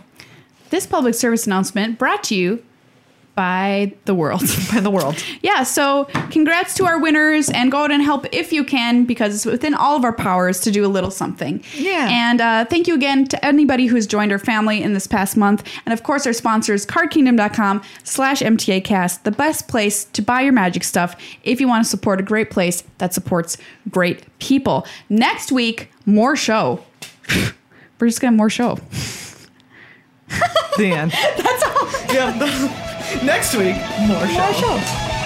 S1: This public service announcement brought to you by the world.
S2: by the world.
S1: yeah, so congrats to our winners and go out and help if you can because it's within all of our powers to do a little something.
S2: Yeah.
S1: And uh, thank you again to anybody who's joined our family in this past month. And of course, our sponsors, cardkingdom.com slash MTAcast, the best place to buy your magic stuff if you want to support a great place that supports great people. Next week, more show. We're just going to have more show.
S2: The end. That's all. Yeah. Next week, more show.
S1: show.